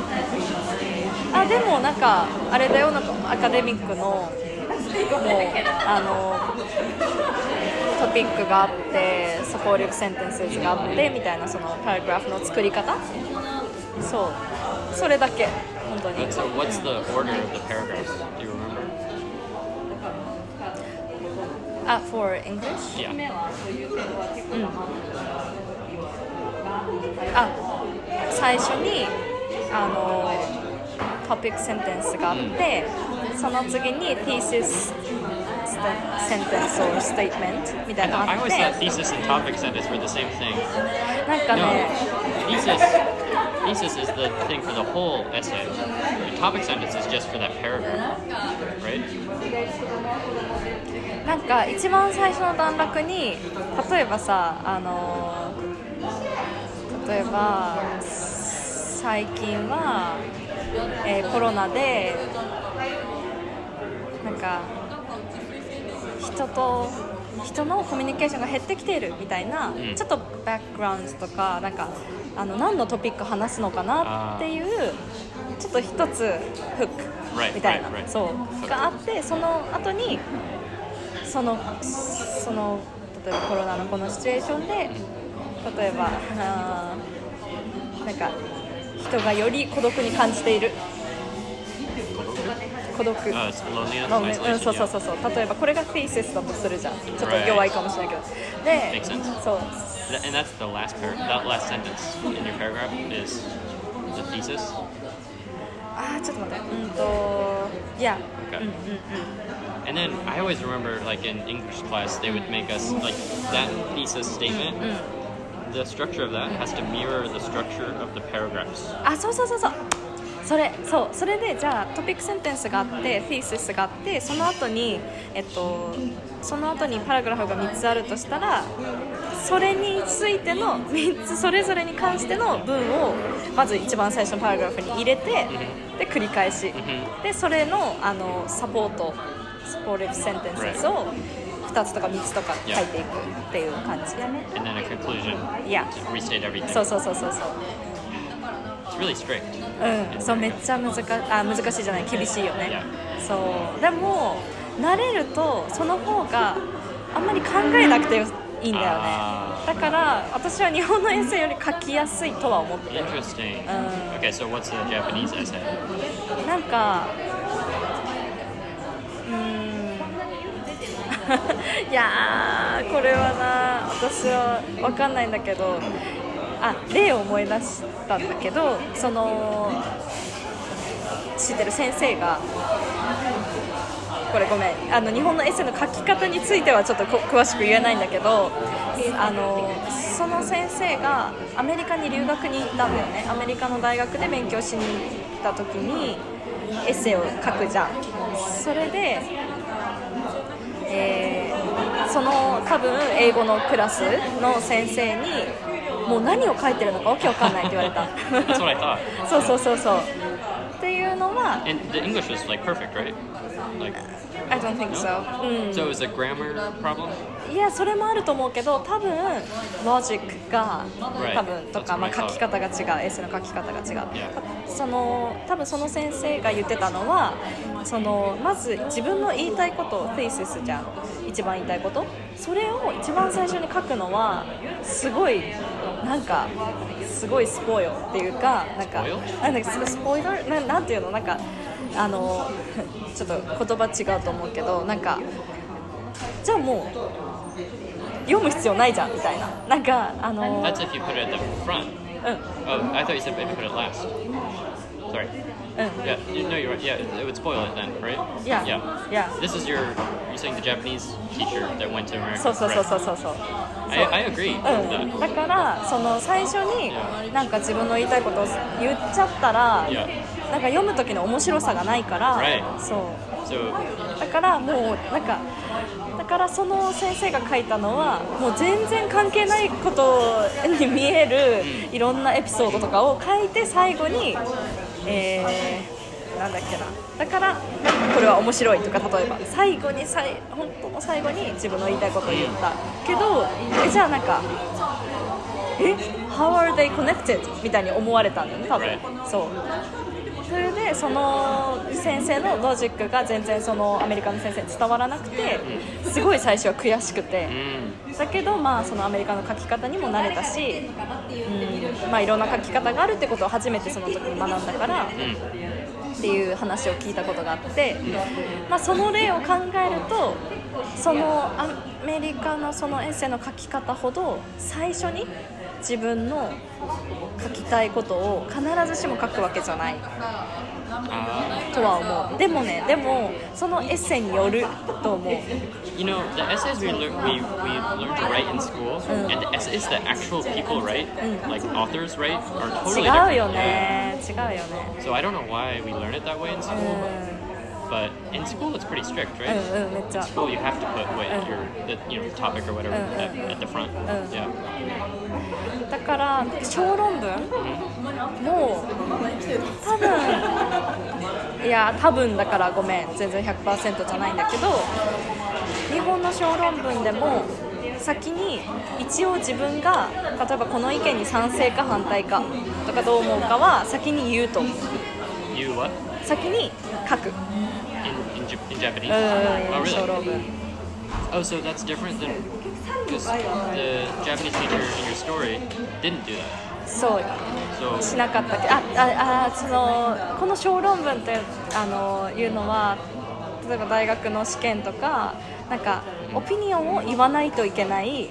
Speaker 1: あでもなんかあれだよなんかアカデミックのもうあのトピックがあってサポーリブセンテンスがあってみたいなそのパラグラフの作り方そうそれだけ本当に
Speaker 2: So what's the order of the paragraphs? Do you remember?
Speaker 1: あ for English
Speaker 2: Yeah.
Speaker 1: あ最初にあのトピックセンテンスがあって、その次に thesis センテンス or statement みた
Speaker 2: I,
Speaker 1: いな
Speaker 2: thought, I
Speaker 1: のあ
Speaker 2: always
Speaker 1: って
Speaker 2: thought thesis and topic sentence were the same thing.
Speaker 1: なんか
Speaker 2: No,
Speaker 1: ね
Speaker 2: thesis thesis is the thing for the whole essay. The topic sentence is just for that paragraph, right?
Speaker 1: なんか一番最初の段落に例えばさあのー例えば最近は、えーコロナでなんか人と人のコミュニケーションが減ってきているみたいな、
Speaker 2: ん
Speaker 1: ちょっとバックグラウンドとかなんかあの何のトピック話すのかなっていうちょっと一つフック
Speaker 2: Right,
Speaker 1: みたいな、
Speaker 2: right, right.
Speaker 1: そうがあってその後にそのその例えばコロナのこのシチュエーションで例えばあーなんか人がより孤独に感じている孤独
Speaker 2: Uh, it's loneliness
Speaker 1: まあ
Speaker 2: and
Speaker 1: うん、
Speaker 2: isolation.
Speaker 1: そうそう
Speaker 2: yeah.
Speaker 1: そうそう例えばこれがティーセスだとするじゃんちょっと
Speaker 2: Right.
Speaker 1: 弱いかもしれないけど
Speaker 2: Makes
Speaker 1: で
Speaker 2: sense.
Speaker 1: そう
Speaker 2: Th- And that's the last par- that last sentence in your paragraph is the thesis.
Speaker 1: あーちょっと待ってうんといや
Speaker 2: Okay. And then I always remember, like in English class, they would make us like that thesis statement. The structure of that has to mirror the structure of the paragraphs.
Speaker 1: あそうそうそうそうそれそうそれでじゃあトピックセンテンスがあってフィーセスがあってその後にえっとその後にパラグラフが3つあるとしたらそれについての3つそれぞれに関しての文をまず一番最初のパラグラフに入れてで繰り返しでそれのあのサポートサポーティブセンテンスを2つとか3つとか書いていくっていう感じ
Speaker 2: And then a conclusion.
Speaker 1: いや
Speaker 2: Restate everything.
Speaker 1: そうそうそうそうそう
Speaker 2: It's really strict.
Speaker 1: うん、そうめっちゃ難かあ難しいじゃない厳しいよね
Speaker 2: Yeah.
Speaker 1: そうでも慣れるとその方があんまり考えなくていいんだよね
Speaker 2: あ
Speaker 1: だから私は日本のエッセイより書きやすいとは思ってる
Speaker 2: Interesting.
Speaker 1: Uh.
Speaker 2: okay, so what's the Japanese essay?
Speaker 1: なんかうーん いやーこれはな私は分かんないんだけどあ例を思い出したんだけどその知ってる先生がこれごめんあの日本のエッセイの書き方についてはちょっとこ詳しく言えないんだけどあのその先生がアメリカに留学に行ったんだよねアメリカの大学で勉強しに行った時にエッセイを書くじゃんそれで、えーその多分英語のクラスの先生にもう何を書いてるのかわけわかんないって言われ た
Speaker 2: That's what I thought.
Speaker 1: そうそうそうそうっていうのは
Speaker 2: And the English was like perfect, right? Like,
Speaker 1: I don't think so、うん
Speaker 2: so it was a grammar problem.
Speaker 1: いやそれもあると思うけど多分ロジックが
Speaker 2: Right.
Speaker 1: 多分と
Speaker 2: That's
Speaker 1: か、まあ、
Speaker 2: my
Speaker 1: 書
Speaker 2: thought.
Speaker 1: き方が違う S の書き方が違う
Speaker 2: Yeah.
Speaker 1: その多分その先生が言ってたのはそのまず自分の言いたいことフェイセスじゃん一番言いたいことそれを一番最初に書くのはすごいなんかすごいスポイルっていうかなんか
Speaker 2: Spoiled？
Speaker 1: なんだっけすごいスポイラーななんていうのなんかあの ちょっと言葉違うと思うけどなんかじゃあもう読む必要ないじゃんみたいななんかあの
Speaker 2: That's if you put it at the front. Oh, I thought you said maybe put it last. Sorry.
Speaker 1: うん
Speaker 2: Yeah, you, no, you're right. Yeah, it, it would spoil it then, right?
Speaker 1: Yeah.
Speaker 2: Yeah.
Speaker 1: Yeah.
Speaker 2: This is your, you're saying the Japanese teacher that went to America.
Speaker 1: そうそうそう
Speaker 2: right?
Speaker 1: そうそうそう
Speaker 2: I, I agree with
Speaker 1: うん、
Speaker 2: that.
Speaker 1: だからその最初に
Speaker 2: Yeah.
Speaker 1: なんか自分の言いたいことを言っちゃったら
Speaker 2: Yeah.
Speaker 1: なんか読む時の面白さがないから、
Speaker 2: Right.
Speaker 1: そう
Speaker 2: So,
Speaker 1: だからもうなんかだからその先生が書いたのはもう全然関係ないことに見えるいろんなエピソードとかを書いて最後に、えーなんだっけなだからなんかこれは面白いとか例えば最後にさい本当の最後に自分の言いたいことを言ったけどえじゃあなんかえ How are they connected? みたいに思われたんだよね多分、
Speaker 2: Right.
Speaker 1: そうそれでその先生のロジックが全然そのアメリカの先生に伝わらなくてすごい最初は悔しくて
Speaker 2: mm,
Speaker 1: だけどまあそのアメリカの書き方にも慣れたし、うんまあ、いろんな書き方があるってことを初めてその時に学んだから
Speaker 2: mm,
Speaker 1: っていう話を聞いたことがあって、まあ、その例を考えるとそのアメリカのそのエッセイの書き方ほど最初に自分の書きたいことを必ずしも書くわけじゃない。
Speaker 2: uh,
Speaker 1: とは思うでもねでもそのエッセイによると思う
Speaker 2: you know, the essays we, lear- we, we learn to write in school, and the essays that actual people write, like authors write, are totally
Speaker 1: 違う
Speaker 2: different.
Speaker 1: よ
Speaker 2: Yeah.
Speaker 1: ね違うよね
Speaker 2: So I don't know why we learn it that way in
Speaker 1: う
Speaker 2: school, but in school it's pretty strict, right?
Speaker 1: んうんうんめっちゃ
Speaker 2: School, you have to put what your the, you know topic or whatever
Speaker 1: Mm,
Speaker 2: at,
Speaker 1: mm,
Speaker 2: at the front.
Speaker 1: mm.
Speaker 2: Yeah.
Speaker 1: だから小論文もう多分いや多分だからごめん全然100%じゃないんだけど日本の小論文でも先に一応自分が例えばこの意見に賛成か反対かとかどう思うかは先に言うと思う
Speaker 2: You what?
Speaker 1: 先に書く
Speaker 2: In, in, Jap- in Japanese?
Speaker 1: うんうんう
Speaker 2: oh
Speaker 1: ん小
Speaker 2: really?
Speaker 1: 論文
Speaker 2: Oh, so that's different than because the Japanese teacher in your story didn't do that.
Speaker 1: そう
Speaker 2: So
Speaker 1: しなかったけどあああそのこの小論文ってあのいうのは例えば大学の試験とかなんかオピニオンを言わないといけないエ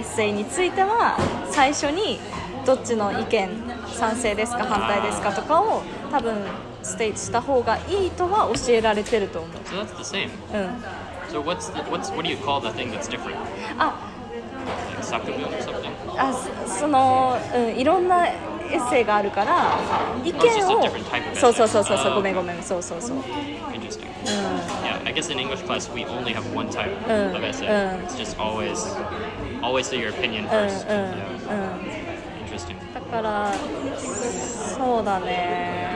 Speaker 1: ッセイについては最初にどっちの意見賛成ですか反対ですかとかを多分ステージした方がいいとは教えられてると思う。
Speaker 2: so that's the same.
Speaker 1: うん、
Speaker 2: So what's the, what's what do you call the thing that's different?
Speaker 1: あ
Speaker 2: Like sakubu or something?
Speaker 1: あそその、うん、いろんなエッセイがあるから意見
Speaker 2: Oh, it's just a
Speaker 1: を
Speaker 2: different type of essay.
Speaker 1: そうそうそうそうそ
Speaker 2: あ
Speaker 1: う
Speaker 2: ー
Speaker 1: ごめんごめんそうそうそう
Speaker 2: Interesting. Yeah, I guess in English class we only have one type
Speaker 1: Mm,
Speaker 2: of essay.
Speaker 1: mm.
Speaker 2: It's just always always say your opinion
Speaker 1: うんうん
Speaker 2: first. Yeah.
Speaker 1: うん
Speaker 2: Interesting.
Speaker 1: だからそうだね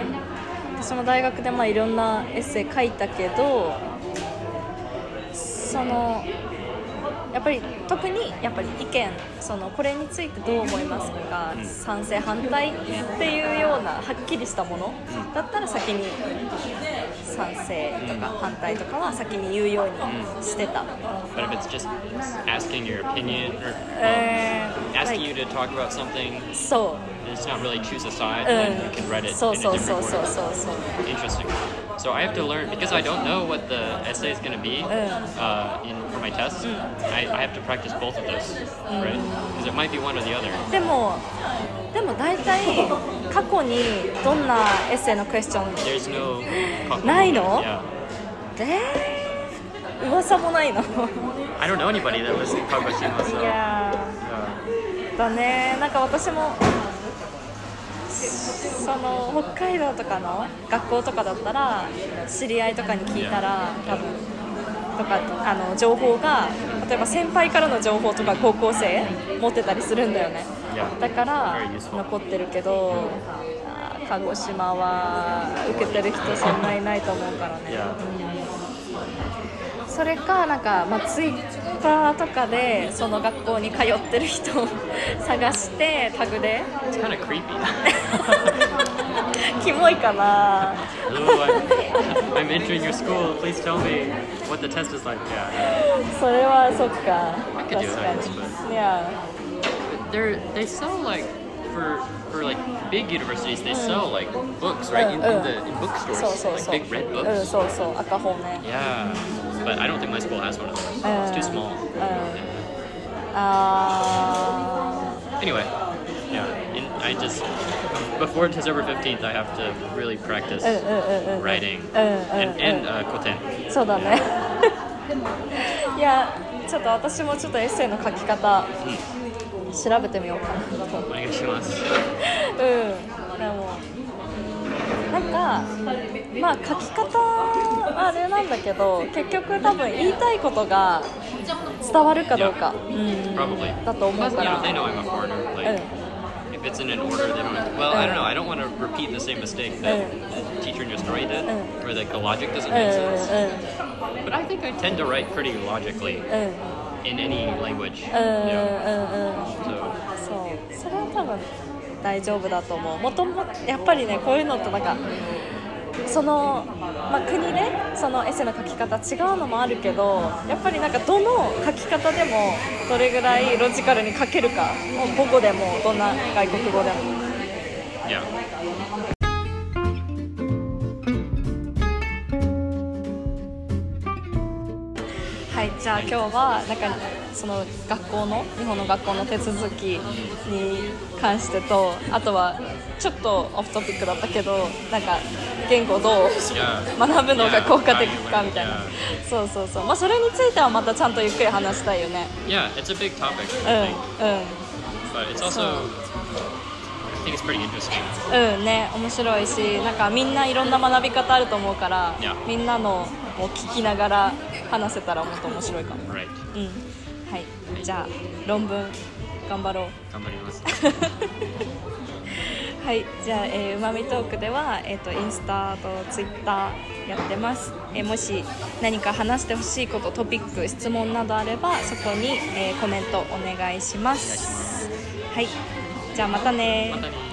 Speaker 1: 私も大学でまあいろんなエッセイ書いたけどそのやっぱり特にやっぱり意見そのこれについてどう思いますか、
Speaker 2: うん
Speaker 1: 賛成反対っていうようなはっきりしたものだったら先に賛成とか反対とかは先に言うようにしてた。
Speaker 2: But if it's just asking your opinion or well,
Speaker 1: えー
Speaker 2: asking you
Speaker 1: は
Speaker 2: to
Speaker 1: い
Speaker 2: talk about something,
Speaker 1: そ
Speaker 2: it's not really choose a side,
Speaker 1: う、う
Speaker 2: then you can write
Speaker 1: ん、
Speaker 2: it
Speaker 1: そう
Speaker 2: in a
Speaker 1: そうそ
Speaker 2: different
Speaker 1: うそう
Speaker 2: order.
Speaker 1: そうそう。
Speaker 2: Interesting. So I have to learn because I don't know what the essay is going to be uh, in, for my test. I, I have to practice both of those, right? Because it might be one or the other.
Speaker 1: でもでも大体過去にどんなエッセイのクエスチョン
Speaker 2: There's no. copy.
Speaker 1: ないの？
Speaker 2: Yeah.
Speaker 1: で噂もないの
Speaker 2: I don't know anybody that lives in Kagoshima,
Speaker 1: い
Speaker 2: so. uh,
Speaker 1: や
Speaker 2: yeah.
Speaker 1: ーだねなんか私もその北海道とかの学校とかだったら知り合いとかに聞いたら多分とかあの情報が例えば先輩からの情報とか高校生持ってたりするんだよね
Speaker 2: Yeah.
Speaker 1: だから
Speaker 2: はい useful
Speaker 1: 残ってるけどあー鹿児島は受けてる人そんないないと思うからね
Speaker 2: Yeah.
Speaker 1: それかなんか、まあ、ツイッターとかでその学校に通ってる人を 探してタグで
Speaker 2: It's kind of creepy.
Speaker 1: キモいかな
Speaker 2: Hello, I'm, I'm entering your school. Please tell me what the test is like. Yeah.
Speaker 1: それはそっか
Speaker 2: I could do
Speaker 1: 確か
Speaker 2: that,
Speaker 1: にいや
Speaker 2: They're, they sell like for for like big universities. They sell like books, right? In, in the in
Speaker 1: そう
Speaker 2: bookstores,
Speaker 1: そう
Speaker 2: like
Speaker 1: そう、
Speaker 2: big red
Speaker 1: うん
Speaker 2: books.
Speaker 1: そうそう赤本ね
Speaker 2: Yeah. But I don't think my school has one of those. It's too small.
Speaker 1: うんあ
Speaker 2: Anyway, Yeah, and I just before December fifteenth, I have to really practice writing and and uh, koten.
Speaker 1: そうだね いやちょっと私もちょっとエッセイの書き方調べてみようかなと
Speaker 2: お願いします。
Speaker 1: うんでもなんかまあ書き方はあれなんだけど結局多分言いたいことが伝わるかどうか、うん、
Speaker 2: Probably.
Speaker 1: だと思う
Speaker 2: Plus, you
Speaker 1: か
Speaker 2: know,
Speaker 1: ら
Speaker 2: they know I'm a foreigner.
Speaker 1: うん
Speaker 2: Like, if it's in an order, they don't. Have to, well, I don't know. I don't want to repeat the same mistake that the teacher in your story did,
Speaker 1: Mm.
Speaker 2: where like the logic doesn't
Speaker 1: うん
Speaker 2: make sense. But I think I tend to write pretty logically
Speaker 1: うんうん
Speaker 2: in any language.
Speaker 1: う
Speaker 2: Yeah.
Speaker 1: んうんうんう
Speaker 2: So
Speaker 1: んそうそれは多分大丈夫だと思うもともやっぱりねこういうのってなんかその、まあ、国でそのエッセイの書き方違うのもあるけどやっぱりなんかどの書き方でもどれぐらいロジカルに書けるかもう母語でもどんな外国語でも
Speaker 2: yeah.
Speaker 1: はいじゃあ今日はなんかその学校の日本の学校の手続きに関してとあとはちょっとオフトピックだったけどなんか言語どう
Speaker 2: Yeah.
Speaker 1: 学ぶのが効果的
Speaker 2: Yeah,
Speaker 1: か
Speaker 2: how you learn,
Speaker 1: みたいな
Speaker 2: yeah.
Speaker 1: そうそうそうまあそれについてはまたちゃんとゆっくり話したいよね
Speaker 2: Yeah, it's a big topic,
Speaker 1: う
Speaker 2: I think,
Speaker 1: ん
Speaker 2: but it's also I think it's pretty interesting.
Speaker 1: うんうんね面白いしなんかみんないろんな学び方あると思うから
Speaker 2: Yeah.
Speaker 1: みんなのを聞きながら話せたらもっと面白いかも
Speaker 2: Right.
Speaker 1: うんはいじゃあ論文頑張ろう
Speaker 2: 頑張ります。
Speaker 1: はい、じゃあ、えーうまみトークでは、えー、とインスタとツイッターやってます、えーもし何か話してほしいことトピック質問などあればそこに、えーコメントお願いしますはいじゃあまたね
Speaker 2: またね